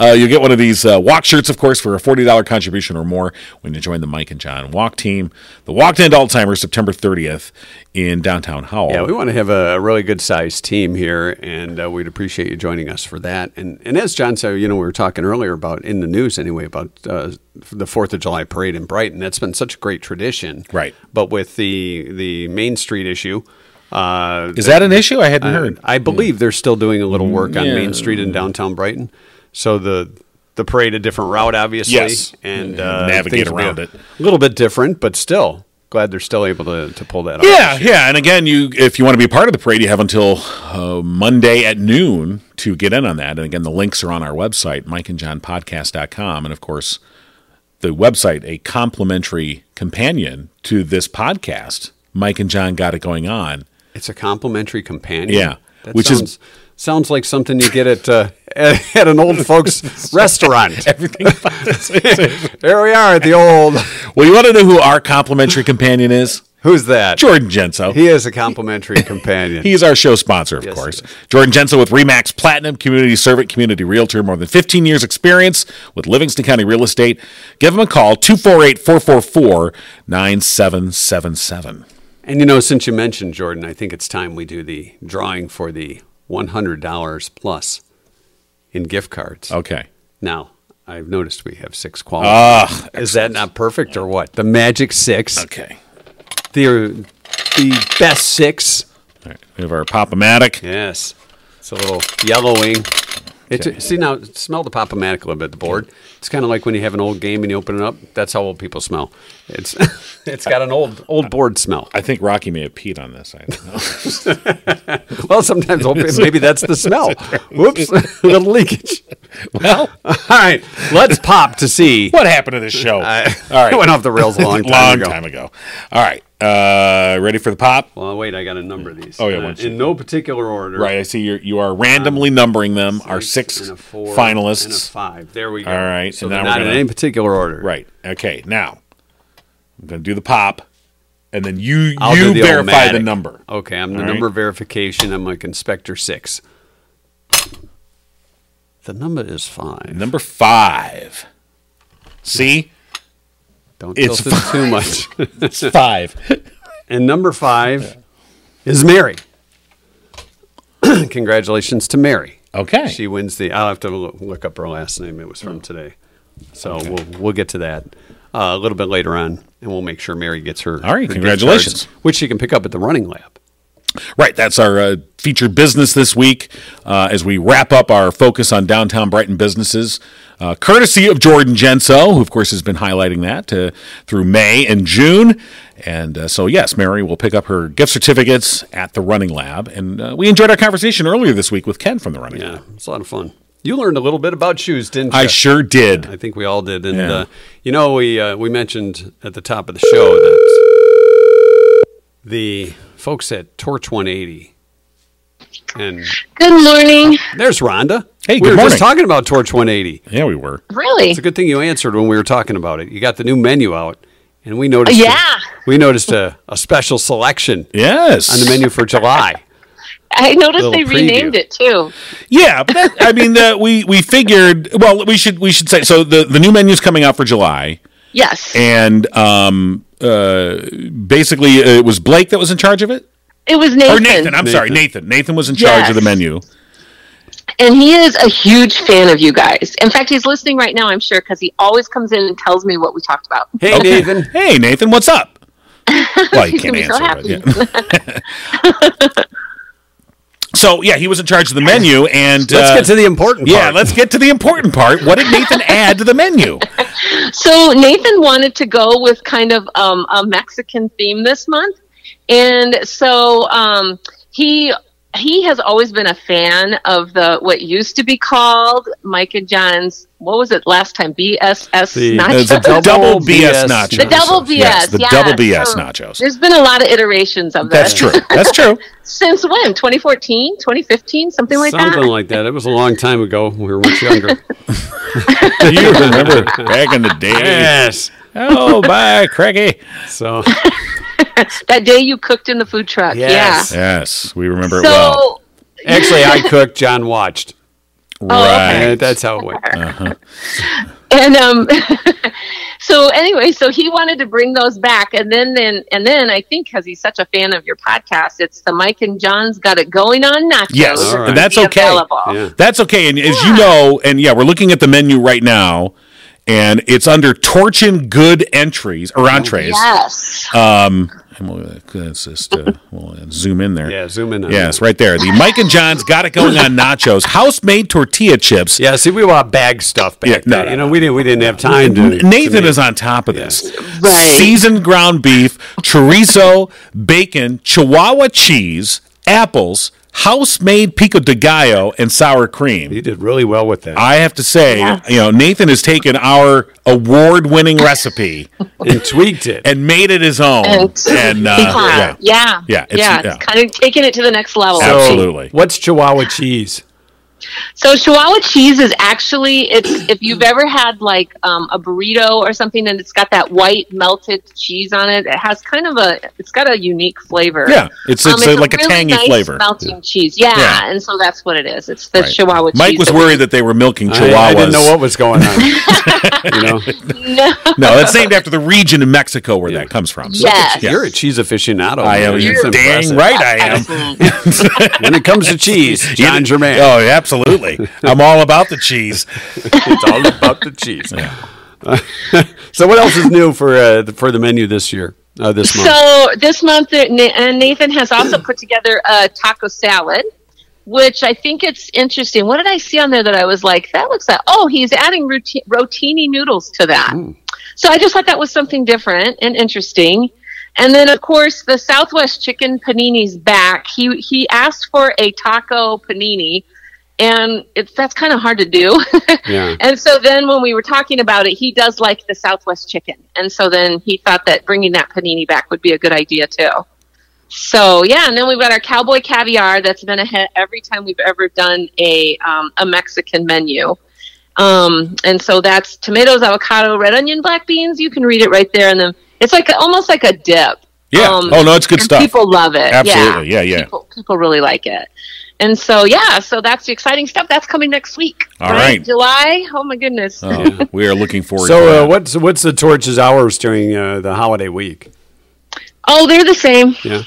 [SPEAKER 3] Uh, you'll get one of these uh, walk shirts, of course, for a forty dollar contribution or more when you join the Mike and John walk team. The Walk to End Alzheimer's, September thirtieth, in downtown Howell.
[SPEAKER 2] yeah, we want to have a really good sized team here, and uh, we'd appreciate you joining us for that. And and as John said, you know, we were talking earlier about in the news anyway about uh, the Fourth of July parade in Brighton. That's been such a great tradition,
[SPEAKER 3] Right.
[SPEAKER 2] But with the the Main Street issue. Uh,
[SPEAKER 3] Is that an issue? I hadn't heard.
[SPEAKER 2] I believe they're still doing a little work on
[SPEAKER 3] Yeah.
[SPEAKER 2] Main Street in downtown Brighton. So the the parade a different route, obviously,
[SPEAKER 3] Yes.
[SPEAKER 2] and
[SPEAKER 3] Yeah,
[SPEAKER 2] uh,
[SPEAKER 3] navigate
[SPEAKER 2] things will be
[SPEAKER 3] around
[SPEAKER 2] a
[SPEAKER 3] it.
[SPEAKER 2] little bit different, but still glad they're still able to, to pull that off.
[SPEAKER 3] Yeah, yeah. And again, you if you want to be part of the parade, you have until uh, Monday at noon to get in on that. And again, the links are on our website, mikeandjohnpodcast.com. And of course, the website, a complimentary companion to this podcast, Mike and John Got It Going On.
[SPEAKER 2] It's a complimentary companion.
[SPEAKER 3] Yeah,
[SPEAKER 2] That
[SPEAKER 3] which is-
[SPEAKER 2] sounds, sounds like something you get at uh, at, at an old folks restaurant.
[SPEAKER 3] Everything about this.
[SPEAKER 2] There we are at the old.
[SPEAKER 3] well, you want to know who our complimentary companion is?
[SPEAKER 2] Who's that?
[SPEAKER 3] Jordan Genso.
[SPEAKER 2] He is a complimentary companion.
[SPEAKER 3] He's our show sponsor, of
[SPEAKER 2] Yes,
[SPEAKER 3] course. Jordan Jensen with Remax Platinum, community servant, community realtor, more than 15 years experience with Livingston County real estate. Give him a call, 248-444-9777.
[SPEAKER 2] And you know, since you mentioned Jordan, I think it's time we do the drawing for the one hundred dollars plus in gift cards.
[SPEAKER 3] Okay.
[SPEAKER 2] Now, I've noticed we have six qualifiers.
[SPEAKER 3] Ah,
[SPEAKER 2] Is that not perfect or what? The magic six,
[SPEAKER 3] okay.
[SPEAKER 2] the the best six.
[SPEAKER 3] All right. We have our Pop-O-Matic.
[SPEAKER 2] Yes, it's a little yellowing. It, See now, smell the pop-o-matic a little bit. The board. It's kind of like when you have an old game and you open it up. That's how old people smell. It's it's got an old old board smell.
[SPEAKER 3] I think Rocky may have peed on this. I don't know.
[SPEAKER 2] Well, sometimes old- maybe that's the smell. Whoops, little leakage.
[SPEAKER 3] well,
[SPEAKER 2] All right, let's pop to see.
[SPEAKER 3] what happened to this show? All right.
[SPEAKER 2] it went off the rails a long time
[SPEAKER 3] Long
[SPEAKER 2] ago.
[SPEAKER 3] time ago. All right. Uh, ready for the pop?
[SPEAKER 2] Well, wait, I got to number these.
[SPEAKER 3] Oh, yeah,
[SPEAKER 2] Uh,
[SPEAKER 3] once you-
[SPEAKER 2] in no particular order.
[SPEAKER 3] Right. I see you're, you are randomly numbering them, our six
[SPEAKER 2] and a four
[SPEAKER 3] finalists.
[SPEAKER 2] and a five. There we go.
[SPEAKER 3] All right,
[SPEAKER 2] so
[SPEAKER 3] and
[SPEAKER 2] they're
[SPEAKER 3] now we're
[SPEAKER 2] not in
[SPEAKER 3] gonna-
[SPEAKER 2] any particular order.
[SPEAKER 3] Right. Okay. Now I'm going to do the pop, and then you
[SPEAKER 2] I'll
[SPEAKER 3] you
[SPEAKER 2] do the
[SPEAKER 3] verify the
[SPEAKER 2] Omatic.
[SPEAKER 3] number.
[SPEAKER 2] Okay, I'm the
[SPEAKER 3] All right.
[SPEAKER 2] number verification. I'm like Inspector Six. The number is five.
[SPEAKER 3] Number five. See,
[SPEAKER 2] Don't
[SPEAKER 3] It's
[SPEAKER 2] tilt it too much.
[SPEAKER 3] it's five.
[SPEAKER 2] and number five is Mary. Congratulations to Mary.
[SPEAKER 3] Okay.
[SPEAKER 2] She wins the. I'll have to loo- look up her last name. It was
[SPEAKER 3] Mm.
[SPEAKER 2] from today, so we'll we'll get to that uh, a little bit later on, and we'll make sure Mary gets her.
[SPEAKER 3] All
[SPEAKER 2] her
[SPEAKER 3] right,
[SPEAKER 2] gift
[SPEAKER 3] congratulations.
[SPEAKER 2] cards, which she can pick up at the running lab.
[SPEAKER 3] Right, that's our uh, featured business this week uh, as we wrap up our focus on downtown Brighton businesses, uh, courtesy of Jordan Genso, who, of course, has been highlighting that uh, through May and June. And uh, so, yes, Mary will pick up her gift certificates at the Running Lab. And uh, we enjoyed our conversation earlier this week with Ken from the Running
[SPEAKER 2] Yeah,
[SPEAKER 3] Lab.
[SPEAKER 2] it's a lot of fun. You learned a little bit about shoes, didn't you?
[SPEAKER 3] I sure did.
[SPEAKER 2] I think we all did. And
[SPEAKER 3] Yeah.
[SPEAKER 2] uh, you know, we uh, we mentioned at the top of the show that the folks at Torch 180 and
[SPEAKER 6] Good morning.
[SPEAKER 2] there's Rhonda.
[SPEAKER 3] Hey,
[SPEAKER 2] we
[SPEAKER 3] good
[SPEAKER 2] were
[SPEAKER 3] morning.
[SPEAKER 2] just talking about Torch 180.
[SPEAKER 3] yeah, we were.
[SPEAKER 6] Really?
[SPEAKER 2] It's a good thing you answered when we were talking about it. You got the new menu out, and we noticed.
[SPEAKER 6] Yeah.
[SPEAKER 2] we noticed a, a special selection
[SPEAKER 3] Yes.
[SPEAKER 2] on the menu for July.
[SPEAKER 6] I noticed
[SPEAKER 2] Little
[SPEAKER 6] they
[SPEAKER 2] preview.
[SPEAKER 6] renamed it too.
[SPEAKER 3] Yeah, but that, I mean, uh, we we figured. Well, we should we should say so. The the new menu's coming out for July,
[SPEAKER 6] Yes.
[SPEAKER 3] and um, uh, basically uh, it was Blake that was in charge of it,
[SPEAKER 6] it was Nathan.
[SPEAKER 3] or Oh, Nathan. I'm sorry, Nathan. Nathan was in charge of the
[SPEAKER 6] Yes.
[SPEAKER 3] menu.
[SPEAKER 6] and he is a huge fan of you guys. In fact, he's listening right now, I'm sure, because he always comes in and tells me what we talked about.
[SPEAKER 2] Hey, Nathan.
[SPEAKER 3] Hey, Nathan, what's up? Well, he
[SPEAKER 6] He's
[SPEAKER 3] can't
[SPEAKER 6] gonna be so
[SPEAKER 3] answer. but yeah. so yeah, he was in charge of the menu, and
[SPEAKER 2] Let's
[SPEAKER 3] uh,
[SPEAKER 2] get to the important part.
[SPEAKER 3] yeah, let's get to the important part. What did Nathan add to the menu?
[SPEAKER 6] So Nathan wanted to go with kind of um, a Mexican theme this month, and so um, he he has always been a fan of the what used to be called Mike and John's. What was it last time? BSS
[SPEAKER 2] The-
[SPEAKER 3] Uh,
[SPEAKER 6] nachos.
[SPEAKER 3] the double,
[SPEAKER 2] Double
[SPEAKER 3] BS
[SPEAKER 2] BS
[SPEAKER 3] nachos.
[SPEAKER 6] The double BS.
[SPEAKER 3] Yes, the
[SPEAKER 6] yeah.
[SPEAKER 3] double BS
[SPEAKER 6] So
[SPEAKER 3] nachos.
[SPEAKER 6] There's been a lot of iterations of
[SPEAKER 3] That's
[SPEAKER 6] this.
[SPEAKER 3] true. That's true.
[SPEAKER 6] Since when? 2014, 2015, something like
[SPEAKER 2] Something
[SPEAKER 6] that.
[SPEAKER 2] like that. It was a long time ago. We were much younger.
[SPEAKER 3] you remember back in the day?
[SPEAKER 2] yes.
[SPEAKER 3] Oh, bye, Craigie.
[SPEAKER 2] So
[SPEAKER 6] that day you cooked in the food truck.
[SPEAKER 2] Yes.
[SPEAKER 3] Yes, we remember
[SPEAKER 6] Yeah.
[SPEAKER 3] it well.
[SPEAKER 6] So
[SPEAKER 2] actually, I cooked. John watched.
[SPEAKER 6] oh,
[SPEAKER 3] right.
[SPEAKER 2] Uh, that's how it went.
[SPEAKER 6] and um so anyway so he wanted to bring those back and then then and then i think because he's such a fan of your podcast it's the mike and john's got it going on nachos
[SPEAKER 3] Yes,
[SPEAKER 6] are
[SPEAKER 2] and
[SPEAKER 6] gonna
[SPEAKER 3] that's
[SPEAKER 6] be
[SPEAKER 3] okay.
[SPEAKER 6] available.
[SPEAKER 2] Yeah.
[SPEAKER 3] That's okay. And as you know, and yeah, we're looking at the menu right now, and it's under Torchin Good entries or entrees.
[SPEAKER 6] yes
[SPEAKER 3] Um, and we'll, uh, let's just uh, we'll uh, zoom in there.
[SPEAKER 2] Yeah, zoom in. On
[SPEAKER 3] Yes, right there. The Mike and John's got it going on nachos, house made tortilla chips.
[SPEAKER 2] that. Yeah. See, we want bag stuff back
[SPEAKER 3] Yeah, no,
[SPEAKER 2] then.
[SPEAKER 3] no,
[SPEAKER 2] you know, we didn't. We didn't have time to.
[SPEAKER 3] Nathan is on top of this.
[SPEAKER 6] Right.
[SPEAKER 3] Seasoned ground beef, chorizo, bacon, chihuahua cheese, apples, house made pico de gallo, and sour
[SPEAKER 2] You
[SPEAKER 3] cream.
[SPEAKER 2] did really well with that.
[SPEAKER 3] I have to say, you know, Nathan has taken our award winning recipe
[SPEAKER 2] and tweaked it.
[SPEAKER 3] and made it his own.
[SPEAKER 6] And-
[SPEAKER 3] And uh,
[SPEAKER 6] yeah
[SPEAKER 3] yeah.
[SPEAKER 6] yeah
[SPEAKER 3] Yeah, it's- yeah.
[SPEAKER 6] kind of taking it to the next level
[SPEAKER 3] So- absolutely.
[SPEAKER 2] What's Chihuahua cheese?
[SPEAKER 6] So Chihuahua cheese is actually it's if you've ever had like um, a burrito or something and it's got that white melted cheese on it, it has kind of a it's got a unique flavor.
[SPEAKER 3] Yeah, it's- it's a- like a tangy
[SPEAKER 6] Um, nice
[SPEAKER 3] flavor.
[SPEAKER 6] Melting cheese, yeah,
[SPEAKER 3] Yeah.
[SPEAKER 6] and so that's what it is. It's the
[SPEAKER 3] Right.
[SPEAKER 6] Chihuahua cheese.
[SPEAKER 3] Mike was
[SPEAKER 6] that we-
[SPEAKER 3] worried that they were milking
[SPEAKER 2] I-
[SPEAKER 3] chihuahuas.
[SPEAKER 2] I, didn't know what was going on. you know,
[SPEAKER 3] no, that's named after the region in Mexico where that comes from. So,
[SPEAKER 6] Yes.
[SPEAKER 3] yeah.
[SPEAKER 2] you're a cheese aficionado.
[SPEAKER 3] I am.
[SPEAKER 2] man.
[SPEAKER 3] You're
[SPEAKER 2] It's
[SPEAKER 3] dang
[SPEAKER 2] impressive.
[SPEAKER 3] right, I am.
[SPEAKER 2] When it comes to cheese, John Germain.
[SPEAKER 3] Oh, yeah, absolutely. I'm all about the cheese.
[SPEAKER 2] It's all about the cheese. so, what else is new for uh, the, for the menu this year? Uh, this month.
[SPEAKER 6] So this month, uh, Na- uh, Nathan has also put together a taco salad, which I think it's interesting. What did I see on there that I was like, that looks like? Oh, he's adding roti- rotini noodles to that.
[SPEAKER 2] Hmm.
[SPEAKER 6] So I just thought that was something different and interesting. And then, of course, the Southwest chicken panini's back. He he asked for a taco panini, and it's that's kind of hard to do.
[SPEAKER 2] yeah.
[SPEAKER 6] And so then when we were talking about it, he does like the Southwest chicken. And so then he thought that bringing that panini back would be a good idea too. So yeah, and then we've got our cowboy caviar that's been a hit every time we've ever done a um, a Mexican menu. Um, and so that's tomatoes, avocado, red onion, black beans. You can read it right there, and then it's like almost like a dip.
[SPEAKER 3] Yeah.
[SPEAKER 6] Um,
[SPEAKER 3] oh no, it's good
[SPEAKER 6] and
[SPEAKER 3] stuff.
[SPEAKER 6] People love it. Yeah
[SPEAKER 3] Absolutely. Yeah, yeah.
[SPEAKER 6] people, people really like it. And so, yeah, so that's the exciting stuff. That's coming next week.
[SPEAKER 3] All
[SPEAKER 6] All right,
[SPEAKER 3] right.
[SPEAKER 6] July. Oh, my goodness.
[SPEAKER 3] Oh, we are looking forward. to
[SPEAKER 2] So, uh,
[SPEAKER 3] that.
[SPEAKER 2] what's what's the torch's hours during uh, the holiday week?
[SPEAKER 6] oh, they're the same.
[SPEAKER 2] Yeah.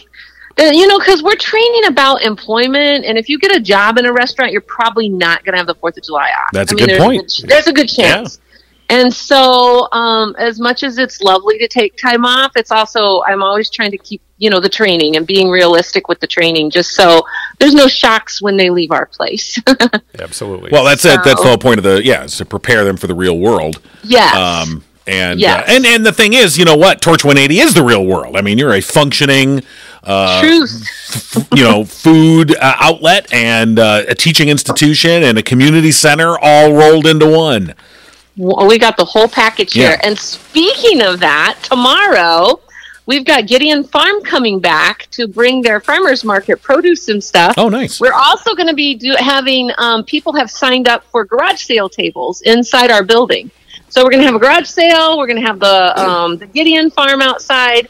[SPEAKER 6] Uh, You know, because we're training about employment, and if you get a job in a restaurant, you're probably not going to have the 4th of July off.
[SPEAKER 3] That's
[SPEAKER 6] a
[SPEAKER 3] a good
[SPEAKER 6] there's
[SPEAKER 3] point.
[SPEAKER 6] A good, there's a good chance. And so, um, as much as it's lovely to take time off, it's also, I'm always trying to keep you know the training and being realistic with the training, just so there's no shocks when they leave our place.
[SPEAKER 2] Absolutely.
[SPEAKER 3] Well, that's it. That's the
[SPEAKER 6] So-
[SPEAKER 3] whole point of the yeah, is to prepare them for the real world.
[SPEAKER 6] yes.
[SPEAKER 3] Um, and
[SPEAKER 6] Yes.
[SPEAKER 3] uh, and and the thing is, you know what? Torch 180 is the real world. I mean, you're a functioning, uh,
[SPEAKER 6] Truth.
[SPEAKER 3] you know, food uh, outlet and uh, a teaching institution and a community center all rolled into one.
[SPEAKER 6] Well, we got the whole package
[SPEAKER 3] Yeah.
[SPEAKER 6] here. And speaking of that, tomorrow we've got Gideon Farm coming back to bring their farmers market produce and stuff.
[SPEAKER 3] Oh, nice.
[SPEAKER 6] We're also going to be do, having um, people have signed up for garage sale tables inside our building. So we're going to have a garage sale. We're going to have the um, the Gideon Farm outside.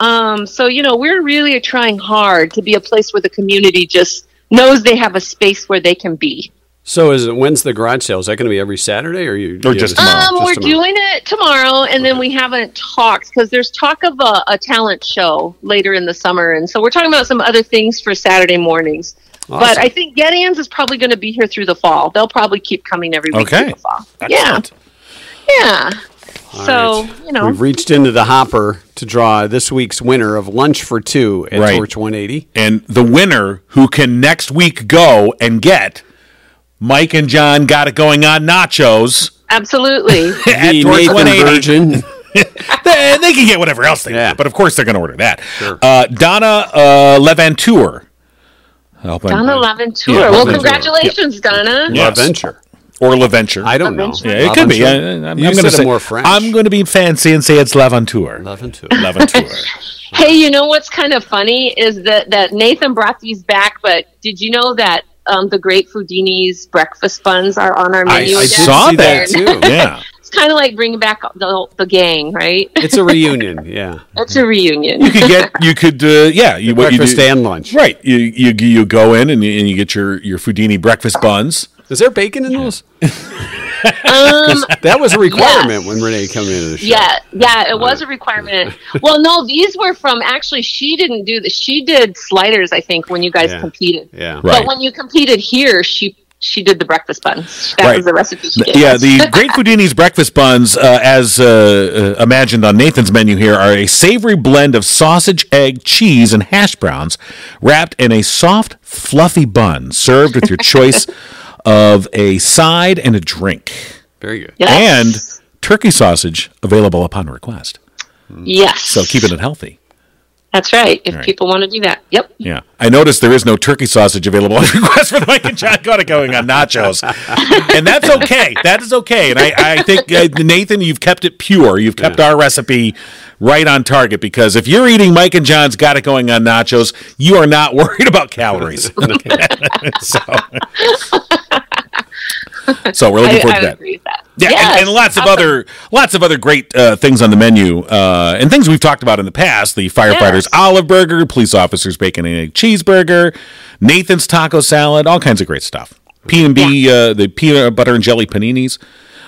[SPEAKER 6] Um, so you know we're really trying hard to be a place where the community just knows they have a space where they can be.
[SPEAKER 2] so is it, when's the garage sale? Is that going to be every Saturday or you?
[SPEAKER 3] Or
[SPEAKER 2] you
[SPEAKER 3] just
[SPEAKER 2] have a-
[SPEAKER 3] tomorrow.
[SPEAKER 6] Um,
[SPEAKER 2] just
[SPEAKER 6] we're
[SPEAKER 2] tomorrow.
[SPEAKER 6] doing it tomorrow, and then we haven't talked because there's talk of a, a talent show later in the summer, and so we're talking about some other things for Saturday mornings. But
[SPEAKER 2] Awesome.
[SPEAKER 6] I think Gettyan's is probably going to be here through the fall. They'll probably keep coming every week
[SPEAKER 3] Okay.
[SPEAKER 6] through the fall.
[SPEAKER 3] Excellent.
[SPEAKER 6] Yeah, yeah.
[SPEAKER 2] All
[SPEAKER 6] so
[SPEAKER 2] right.
[SPEAKER 6] you know,
[SPEAKER 2] We've reached into the hopper to draw this week's winner of Lunch for Two at
[SPEAKER 3] Right.
[SPEAKER 2] Torch 180.
[SPEAKER 3] And the winner who can next week go and get Mike and John got it going on nachos.
[SPEAKER 6] absolutely.
[SPEAKER 3] at
[SPEAKER 2] the
[SPEAKER 3] Torch
[SPEAKER 2] Nathan
[SPEAKER 3] 180.
[SPEAKER 2] Virgin.
[SPEAKER 3] they, they can get whatever else they
[SPEAKER 2] Yeah.
[SPEAKER 3] want, but of course they're going to order that. Uh, Donna uh, Levantour. Help him.
[SPEAKER 6] Donna Laventure.
[SPEAKER 3] Yeah,
[SPEAKER 6] well,
[SPEAKER 3] Laventure.
[SPEAKER 6] congratulations, Donna.
[SPEAKER 3] Yeah. Yes.
[SPEAKER 2] Adventure.
[SPEAKER 3] or Leventure.
[SPEAKER 2] I don't know.
[SPEAKER 3] Yeah, it could be. I,
[SPEAKER 2] Leventure?
[SPEAKER 3] am
[SPEAKER 2] you
[SPEAKER 3] going to
[SPEAKER 2] said it
[SPEAKER 3] say
[SPEAKER 2] more French.
[SPEAKER 3] I'm going to be fancy and say it's Levantour.
[SPEAKER 2] Leventure.
[SPEAKER 3] Levantour.
[SPEAKER 6] Hey, you know what's kind of funny is that that Nathan brought these back, but did you know that um, the Great Foodini's breakfast buns are on our
[SPEAKER 3] I,
[SPEAKER 6] menu?
[SPEAKER 3] I
[SPEAKER 6] again?
[SPEAKER 3] saw
[SPEAKER 2] see that
[SPEAKER 3] that too.
[SPEAKER 2] too.
[SPEAKER 3] Yeah.
[SPEAKER 6] It's kind of like bringing back the the gang, right?
[SPEAKER 2] It's a reunion. Yeah.
[SPEAKER 6] It's a reunion.
[SPEAKER 3] You could get. You could. Uh, yeah. You, what you
[SPEAKER 2] Breakfast
[SPEAKER 3] do,
[SPEAKER 2] and lunch.
[SPEAKER 3] Right. You you you go in and you, and you get your your Fudini breakfast buns.
[SPEAKER 2] Is there bacon in those?
[SPEAKER 6] Um,
[SPEAKER 2] That was a requirement
[SPEAKER 6] Yes.
[SPEAKER 2] when Renee came into the show.
[SPEAKER 6] yeah, yeah, it was a requirement. Well, no, these were from actually. She didn't do this. She did sliders, I think, when you guys
[SPEAKER 2] Yeah.
[SPEAKER 6] competed.
[SPEAKER 2] Yeah.
[SPEAKER 3] Right.
[SPEAKER 6] But when you competed here, she she did the breakfast buns. That
[SPEAKER 3] Right.
[SPEAKER 6] was the recipe. She gave
[SPEAKER 3] Yeah,
[SPEAKER 6] us.
[SPEAKER 3] the Great Foodini's breakfast buns, uh, as uh, uh, imagined on Nathan's menu here, are a savory blend of sausage, egg, cheese, and hash browns, wrapped in a soft, fluffy bun, served with your choice of a side and a drink,
[SPEAKER 2] Very good.
[SPEAKER 6] Yes.
[SPEAKER 3] and turkey sausage available upon request.
[SPEAKER 6] yes.
[SPEAKER 3] So keeping it healthy.
[SPEAKER 6] That's right. If
[SPEAKER 3] Right.
[SPEAKER 6] people want to do that, yep.
[SPEAKER 3] Yeah, I noticed there is no turkey sausage available on request for the Mike and John Gotta going on nachos, and that's okay. That is okay, and I, I think uh, Nathan, you've kept it pure. You've kept our recipe right on target because if you're eating Mike and John's Gotta going on nachos, you are not worried about calories. so, so we're looking
[SPEAKER 6] I,
[SPEAKER 3] forward to
[SPEAKER 6] I would
[SPEAKER 3] that.
[SPEAKER 6] agree with that.
[SPEAKER 3] Yeah,
[SPEAKER 6] Yes.
[SPEAKER 3] and, and lots of
[SPEAKER 6] Awesome.
[SPEAKER 3] other lots of other great uh, things on the menu uh, and things we've talked about in the past: the firefighters'
[SPEAKER 6] Yes.
[SPEAKER 3] olive burger, police officers' bacon and egg cheeseburger, Nathan's taco salad, all kinds of great stuff. P and B, uh, the peanut butter and jelly paninis.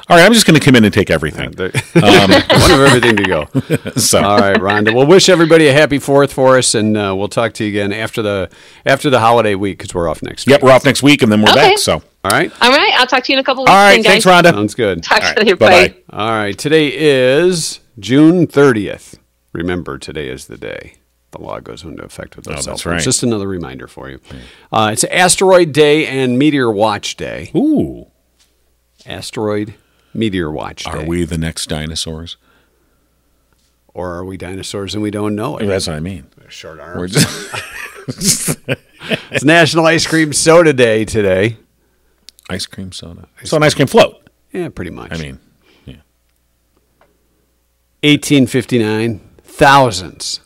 [SPEAKER 3] All right, I'm just going to come in and take everything.
[SPEAKER 2] There- One of everything to go.
[SPEAKER 3] Um, So,
[SPEAKER 2] All right, Rhonda. Well, wish everybody a happy Fourth for us, and uh, we'll talk to you again after the after the holiday week because we're off next.
[SPEAKER 3] yep,
[SPEAKER 2] week.
[SPEAKER 3] we're off next week, and then we're
[SPEAKER 6] Okay.
[SPEAKER 3] back. So, all
[SPEAKER 2] All right.
[SPEAKER 6] All right. I'll talk to you in a couple weeks.
[SPEAKER 3] right,
[SPEAKER 6] then, guys.
[SPEAKER 3] thanks, Rhonda.
[SPEAKER 2] Sounds good.
[SPEAKER 6] Talk
[SPEAKER 3] All
[SPEAKER 6] to
[SPEAKER 3] right,
[SPEAKER 6] you.
[SPEAKER 3] bye-bye.
[SPEAKER 6] Bye.
[SPEAKER 2] All right. Today is June 30th. Remember, today is the day the law goes into effect with those
[SPEAKER 3] Oh,
[SPEAKER 2] cell
[SPEAKER 3] that's
[SPEAKER 2] phones.
[SPEAKER 3] right.
[SPEAKER 2] Just another reminder for you. Uh, it's Asteroid Day and Meteor Watch Day.
[SPEAKER 3] Ooh,
[SPEAKER 2] Asteroid Meteor Watch Day.
[SPEAKER 3] are we the next dinosaurs?
[SPEAKER 2] Or are we dinosaurs and we don't know it?
[SPEAKER 3] That's what I mean.
[SPEAKER 2] Short arms.
[SPEAKER 3] We're just,
[SPEAKER 2] It's National Ice Cream Soda Day today.
[SPEAKER 3] ice cream soda. So an ice cream float.
[SPEAKER 2] Yeah, pretty much.
[SPEAKER 3] I mean,
[SPEAKER 2] 1859, thousands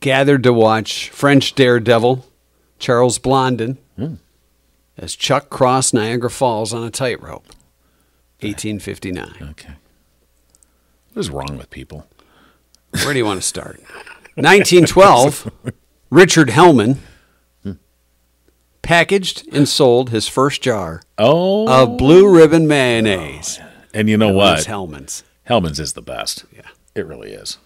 [SPEAKER 2] gathered to watch French daredevil Charles Blondin
[SPEAKER 3] Hmm.
[SPEAKER 2] as Chuck crossed Niagara Falls on a tightrope. 1859.
[SPEAKER 3] okay. What is wrong with people?
[SPEAKER 2] Where do you want to start? 1912, Richard Hellman packaged and sold his first jar
[SPEAKER 3] Oh,
[SPEAKER 2] of blue ribbon mayonnaise.
[SPEAKER 3] And you know
[SPEAKER 2] That's
[SPEAKER 3] Oh, what?
[SPEAKER 2] Hellman's.
[SPEAKER 3] Hellman's is the best.
[SPEAKER 2] Yeah.
[SPEAKER 3] It really is.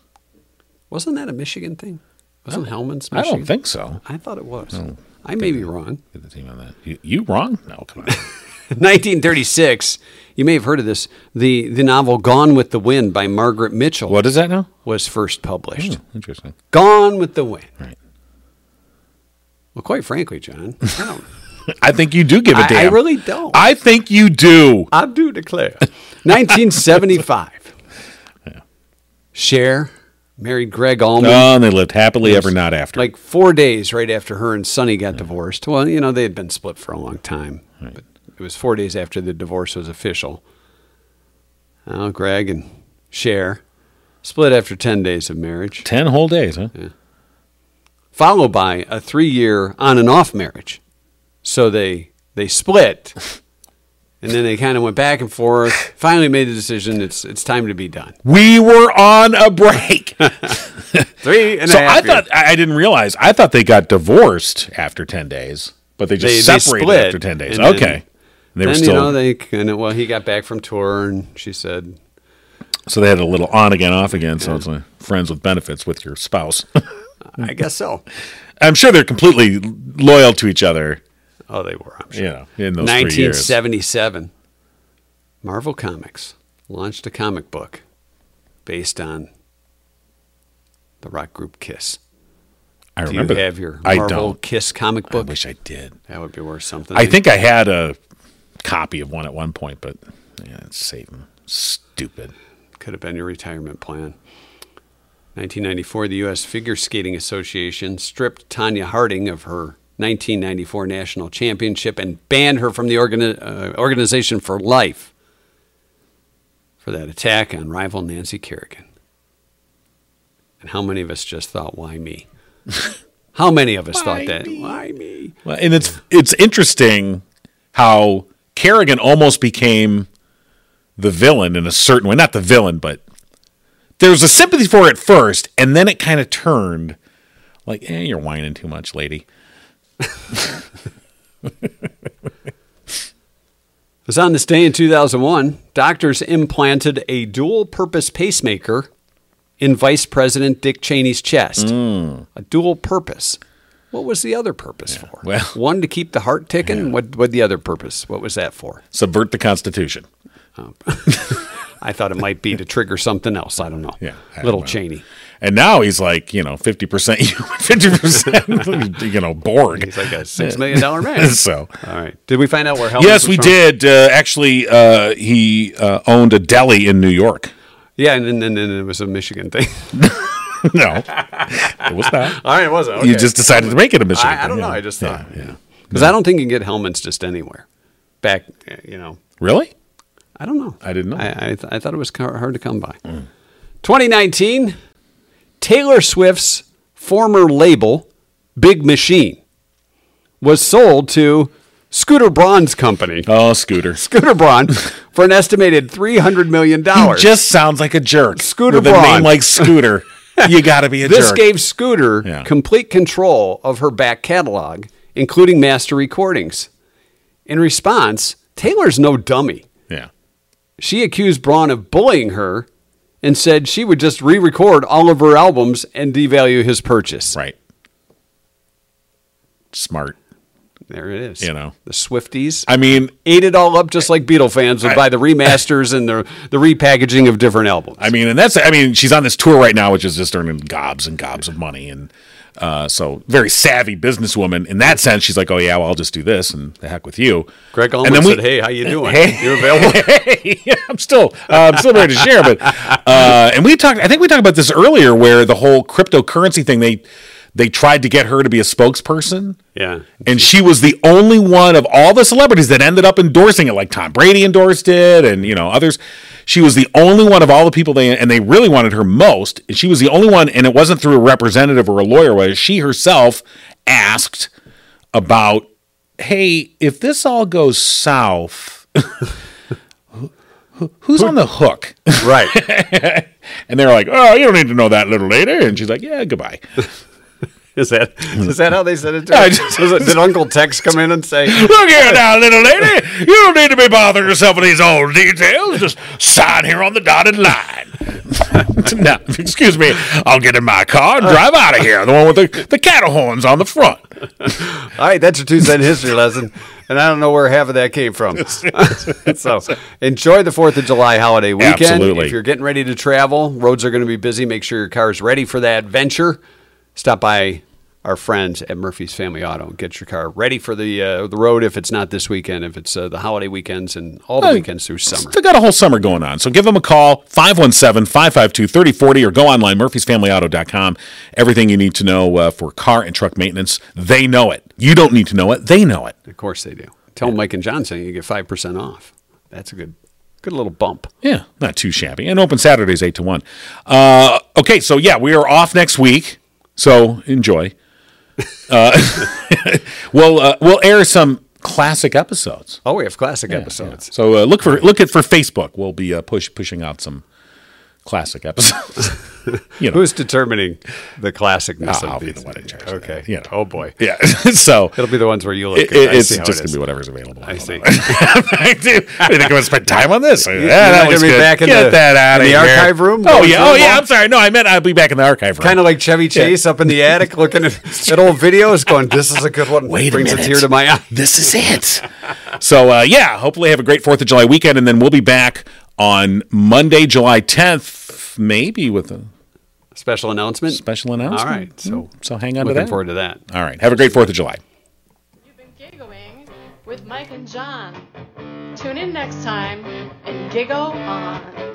[SPEAKER 2] Wasn't that a Michigan thing? Wasn't Hellman's
[SPEAKER 3] Oh. I
[SPEAKER 2] Michigan?
[SPEAKER 3] don't think Oh. so.
[SPEAKER 2] I thought it was. I may be wrong.
[SPEAKER 3] Get the team on that. You, you wrong? No, come on.
[SPEAKER 2] 1936. You may have heard of this. The the novel Gone with the Wind by Margaret Mitchell
[SPEAKER 3] What is Hmm. that now?
[SPEAKER 2] was first published.
[SPEAKER 3] Interesting.
[SPEAKER 2] Gone with the Wind.
[SPEAKER 3] Right.
[SPEAKER 2] Well, quite frankly, John, I don't.
[SPEAKER 3] I think you do give a
[SPEAKER 2] I- I
[SPEAKER 3] damn.
[SPEAKER 2] really don't.
[SPEAKER 3] I think you do.
[SPEAKER 2] I do declare. 1975. Cher married Greg Allman.
[SPEAKER 3] Oh, and they lived happily ever not after.
[SPEAKER 2] Like four days right after her and Sonny got divorced. Well, you know, they had been split for a long time. But it was four days after the divorce was official. Now, Greg and Cher split after 10 days of marriage,
[SPEAKER 3] ten whole days, huh?
[SPEAKER 2] followed by a three year on and off marriage. So they, they split. And then they kind of went back and forth. Finally, made the decision. It's it's time to be done.
[SPEAKER 3] We were on a break.
[SPEAKER 2] Three and a
[SPEAKER 3] so
[SPEAKER 2] half
[SPEAKER 3] I
[SPEAKER 2] years.
[SPEAKER 3] thought I I didn't realize. I thought they got divorced after ten days, but they
[SPEAKER 2] They-
[SPEAKER 3] just
[SPEAKER 2] they
[SPEAKER 3] separated
[SPEAKER 2] split,
[SPEAKER 3] after ten days.
[SPEAKER 2] and then-
[SPEAKER 3] okay, they were
[SPEAKER 2] then
[SPEAKER 3] still
[SPEAKER 2] you know they and it- well he got back from tour and she said
[SPEAKER 3] so they had a little on again, off again. So it's like friends with benefits with your spouse.
[SPEAKER 2] I guess so.
[SPEAKER 3] I'm sure they're completely loyal to each other.
[SPEAKER 2] Oh, they were. I'm sure.
[SPEAKER 3] You know, in those three years.
[SPEAKER 2] 1977. Marvel Comics launched a comic book based on the rock group Kiss.
[SPEAKER 3] I
[SPEAKER 2] Do
[SPEAKER 3] remember.
[SPEAKER 2] you
[SPEAKER 3] that.
[SPEAKER 2] have your
[SPEAKER 3] I
[SPEAKER 2] Marvel
[SPEAKER 3] don't.
[SPEAKER 2] Kiss comic
[SPEAKER 3] I
[SPEAKER 2] book?
[SPEAKER 3] wish I did.
[SPEAKER 2] that would be worth something.
[SPEAKER 3] I think I had a copy of one at one point, but yeah, it's Satan. Stupid.
[SPEAKER 2] could have been your retirement plan. 1994, the U.S. Figure Skating Association stripped Tanya Harding of her 1994 national championship and banned her from the organi- uh, organization for life for that attack on rival Nancy Kerrigan. And how many of us just thought, why me? how many of us thought that? Why me?
[SPEAKER 3] Well, and it's it's interesting how Kerrigan almost became the villain in a certain way. Not the villain, but there was a sympathy for it first, and then it kind of turned like, eh, you're whining too much, lady.
[SPEAKER 2] It was on this day in 2001, doctors implanted a dual purpose pacemaker in Vice President Dick Cheney's chest.
[SPEAKER 3] Hmm.
[SPEAKER 2] A dual purpose. What was the other purpose for?
[SPEAKER 3] well-
[SPEAKER 2] One to keep the heart ticking? What what the other purpose? What was that for?
[SPEAKER 3] Subvert the Constitution.
[SPEAKER 2] I thought it might be to trigger something else. I don't know.
[SPEAKER 3] Yeah, I don't
[SPEAKER 2] Little
[SPEAKER 3] know.
[SPEAKER 2] Cheney.
[SPEAKER 3] And now he's like, you know, 50% human, 50%, you know, Borg.
[SPEAKER 2] He's like a six million dollar man.
[SPEAKER 3] so.
[SPEAKER 2] All right. Did we find out where Helen
[SPEAKER 3] Yes, we did. Uh, actually, uh, he uh, owned a deli in New York.
[SPEAKER 2] Yeah, and then, then, then it was a Michigan thing.
[SPEAKER 3] no, it was not.
[SPEAKER 2] All right, was it?
[SPEAKER 3] You just decided to make it a Michigan.
[SPEAKER 2] I, I don't
[SPEAKER 3] thing,
[SPEAKER 2] know.
[SPEAKER 3] yeah.
[SPEAKER 2] I just
[SPEAKER 3] Yeah,
[SPEAKER 2] thought.
[SPEAKER 3] yeah.
[SPEAKER 2] Because I don't think you can get helmets just anywhere. Back, uh, you know,
[SPEAKER 3] Really?
[SPEAKER 2] I don't know.
[SPEAKER 3] I didn't know.
[SPEAKER 2] I, I, th- I thought it was car- hard to come by. 2019, Taylor Swift's former label, Big Machine, was sold to Scooter Braun's company,
[SPEAKER 3] Oh, Scooter.
[SPEAKER 2] Scooter Braun, for an estimated $300 million.
[SPEAKER 3] He just sounds like a jerk.
[SPEAKER 2] Scooter
[SPEAKER 3] with a
[SPEAKER 2] Braun.
[SPEAKER 3] name like Scooter. you got to be a
[SPEAKER 2] This
[SPEAKER 3] jerk.
[SPEAKER 2] gave Scooter
[SPEAKER 3] Yeah.
[SPEAKER 2] complete control of her back catalog, including master recordings. In response, Taylor's no dummy.
[SPEAKER 3] yeah.
[SPEAKER 2] She accused Braun of bullying her and said she would just re record all of her albums and devalue his purchase.
[SPEAKER 3] Right. Smart.
[SPEAKER 2] There it is.
[SPEAKER 3] You know.
[SPEAKER 2] The Swifties
[SPEAKER 3] I mean,
[SPEAKER 2] ate it all up just like Beatle fans would buy the remasters and the, the repackaging of different albums.
[SPEAKER 3] I mean, and that's. I mean, she's on this tour right now, which is just earning gobs and gobs of money, and uh, so very savvy businesswoman in that sense. She's like, oh yeah, well, I'll just do this, and the heck with you.
[SPEAKER 2] Greg
[SPEAKER 3] And
[SPEAKER 2] Allman
[SPEAKER 3] then we-
[SPEAKER 2] said, Hey, how you doing?
[SPEAKER 3] Hey.
[SPEAKER 2] You available?
[SPEAKER 3] Hey, I'm still uh, I'm still ready to share, but uh, and we talked. I think we talked about this earlier, where the whole cryptocurrency thing they they tried to get her to be a spokesperson.
[SPEAKER 2] yeah.
[SPEAKER 3] And she was the only one of all the celebrities that ended up endorsing it, like Tom Brady endorsed it, and you know others. She was the only one of all the people they and they really wanted her most. And she was the only one, and it wasn't through a representative or a lawyer. Was she herself asked about, "Hey, if this all goes south, who- who- who's on the hook?"
[SPEAKER 2] Right.
[SPEAKER 3] and they're like, "Oh, you don't need to know that, little lady." And she's like, "Yeah, goodbye."
[SPEAKER 2] Is that is that how they said it? To
[SPEAKER 3] I
[SPEAKER 2] her?
[SPEAKER 3] just-
[SPEAKER 2] Was it- did Uncle Tex come in and say,
[SPEAKER 3] Look here now, little lady. You don't need to be bothering yourself with these old details. Just sign here on the dotted line. now, excuse me. I'll get in my car and drive out of here. The one with the, the cattle horns on the front.
[SPEAKER 2] All right, that's your two cent history lesson. And I don't know where half of that came from. so enjoy the 4th of July holiday weekend.
[SPEAKER 3] Absolutely.
[SPEAKER 2] If you're getting ready to travel, roads are going to be busy. Make sure your car's ready for that venture. Stop by our friends at Murphy's Family Auto and get your car ready for the uh, the road if it's not this weekend, if it's uh, the holiday weekends and all the
[SPEAKER 3] Oh,
[SPEAKER 2] weekends through summer.
[SPEAKER 3] They got a whole summer going on. So give them a call, 517 552 3040, or go online, murphysfamilyauto.com. Everything you need to know uh, for car and truck maintenance, they know it. You don't need to know it, they know it.
[SPEAKER 2] Of course they do. Tell Mike and John saying you get 5% off. That's a good good little bump.
[SPEAKER 3] Yeah, not too shabby. And open Saturdays, 8 to 1. Uh, okay, so yeah, we are off next week. So enjoy. Uh, we'll, uh, we'll air some classic episodes.
[SPEAKER 2] Oh, we have classic episodes.
[SPEAKER 3] So uh, look for look at for Facebook. We'll be uh, push pushing out some classic episodes. you know,
[SPEAKER 2] Who's determining the classicness
[SPEAKER 3] I'll- I'll
[SPEAKER 2] of
[SPEAKER 3] be
[SPEAKER 2] these?
[SPEAKER 3] the one in charge of
[SPEAKER 2] Okay.
[SPEAKER 3] that, you know.
[SPEAKER 2] Oh boy.
[SPEAKER 3] Yeah. so
[SPEAKER 2] It'll be the ones where you look.
[SPEAKER 3] it,
[SPEAKER 2] 'cause I
[SPEAKER 3] it's
[SPEAKER 2] see how it
[SPEAKER 3] just going
[SPEAKER 2] is.
[SPEAKER 3] to be whatever's available.
[SPEAKER 2] I see.
[SPEAKER 3] I do. I think I'm going to spend time on this. Yeah, that
[SPEAKER 2] not gonna
[SPEAKER 3] was
[SPEAKER 2] be
[SPEAKER 3] good.
[SPEAKER 2] back in
[SPEAKER 3] Get
[SPEAKER 2] the-
[SPEAKER 3] that out
[SPEAKER 2] in
[SPEAKER 3] of
[SPEAKER 2] the
[SPEAKER 3] here.
[SPEAKER 2] archive room?
[SPEAKER 3] Oh,
[SPEAKER 2] Those
[SPEAKER 3] yeah. Oh,
[SPEAKER 2] room
[SPEAKER 3] yeah.
[SPEAKER 2] all-
[SPEAKER 3] I'm sorry. No, I meant I'll be back in the archive room.
[SPEAKER 2] Kind of like Chevy Chase up in the attic looking at, at old videos going, this is a good one.
[SPEAKER 3] Wait a
[SPEAKER 2] Brings
[SPEAKER 3] minute.
[SPEAKER 2] a tear to my eye.
[SPEAKER 3] This is it. so, uh, yeah, hopefully have a great 4th of July weekend, and then we'll be back on Monday, July 10th, maybe with a
[SPEAKER 2] Special announcement.
[SPEAKER 3] special announcement. Hmm,
[SPEAKER 2] All right. So,
[SPEAKER 3] So hang on to
[SPEAKER 2] looking
[SPEAKER 3] that.
[SPEAKER 2] forward to that.
[SPEAKER 3] All right. Have a great 4th of July.
[SPEAKER 7] You've been giggling with Mike and John. Tune in next time and giggle on.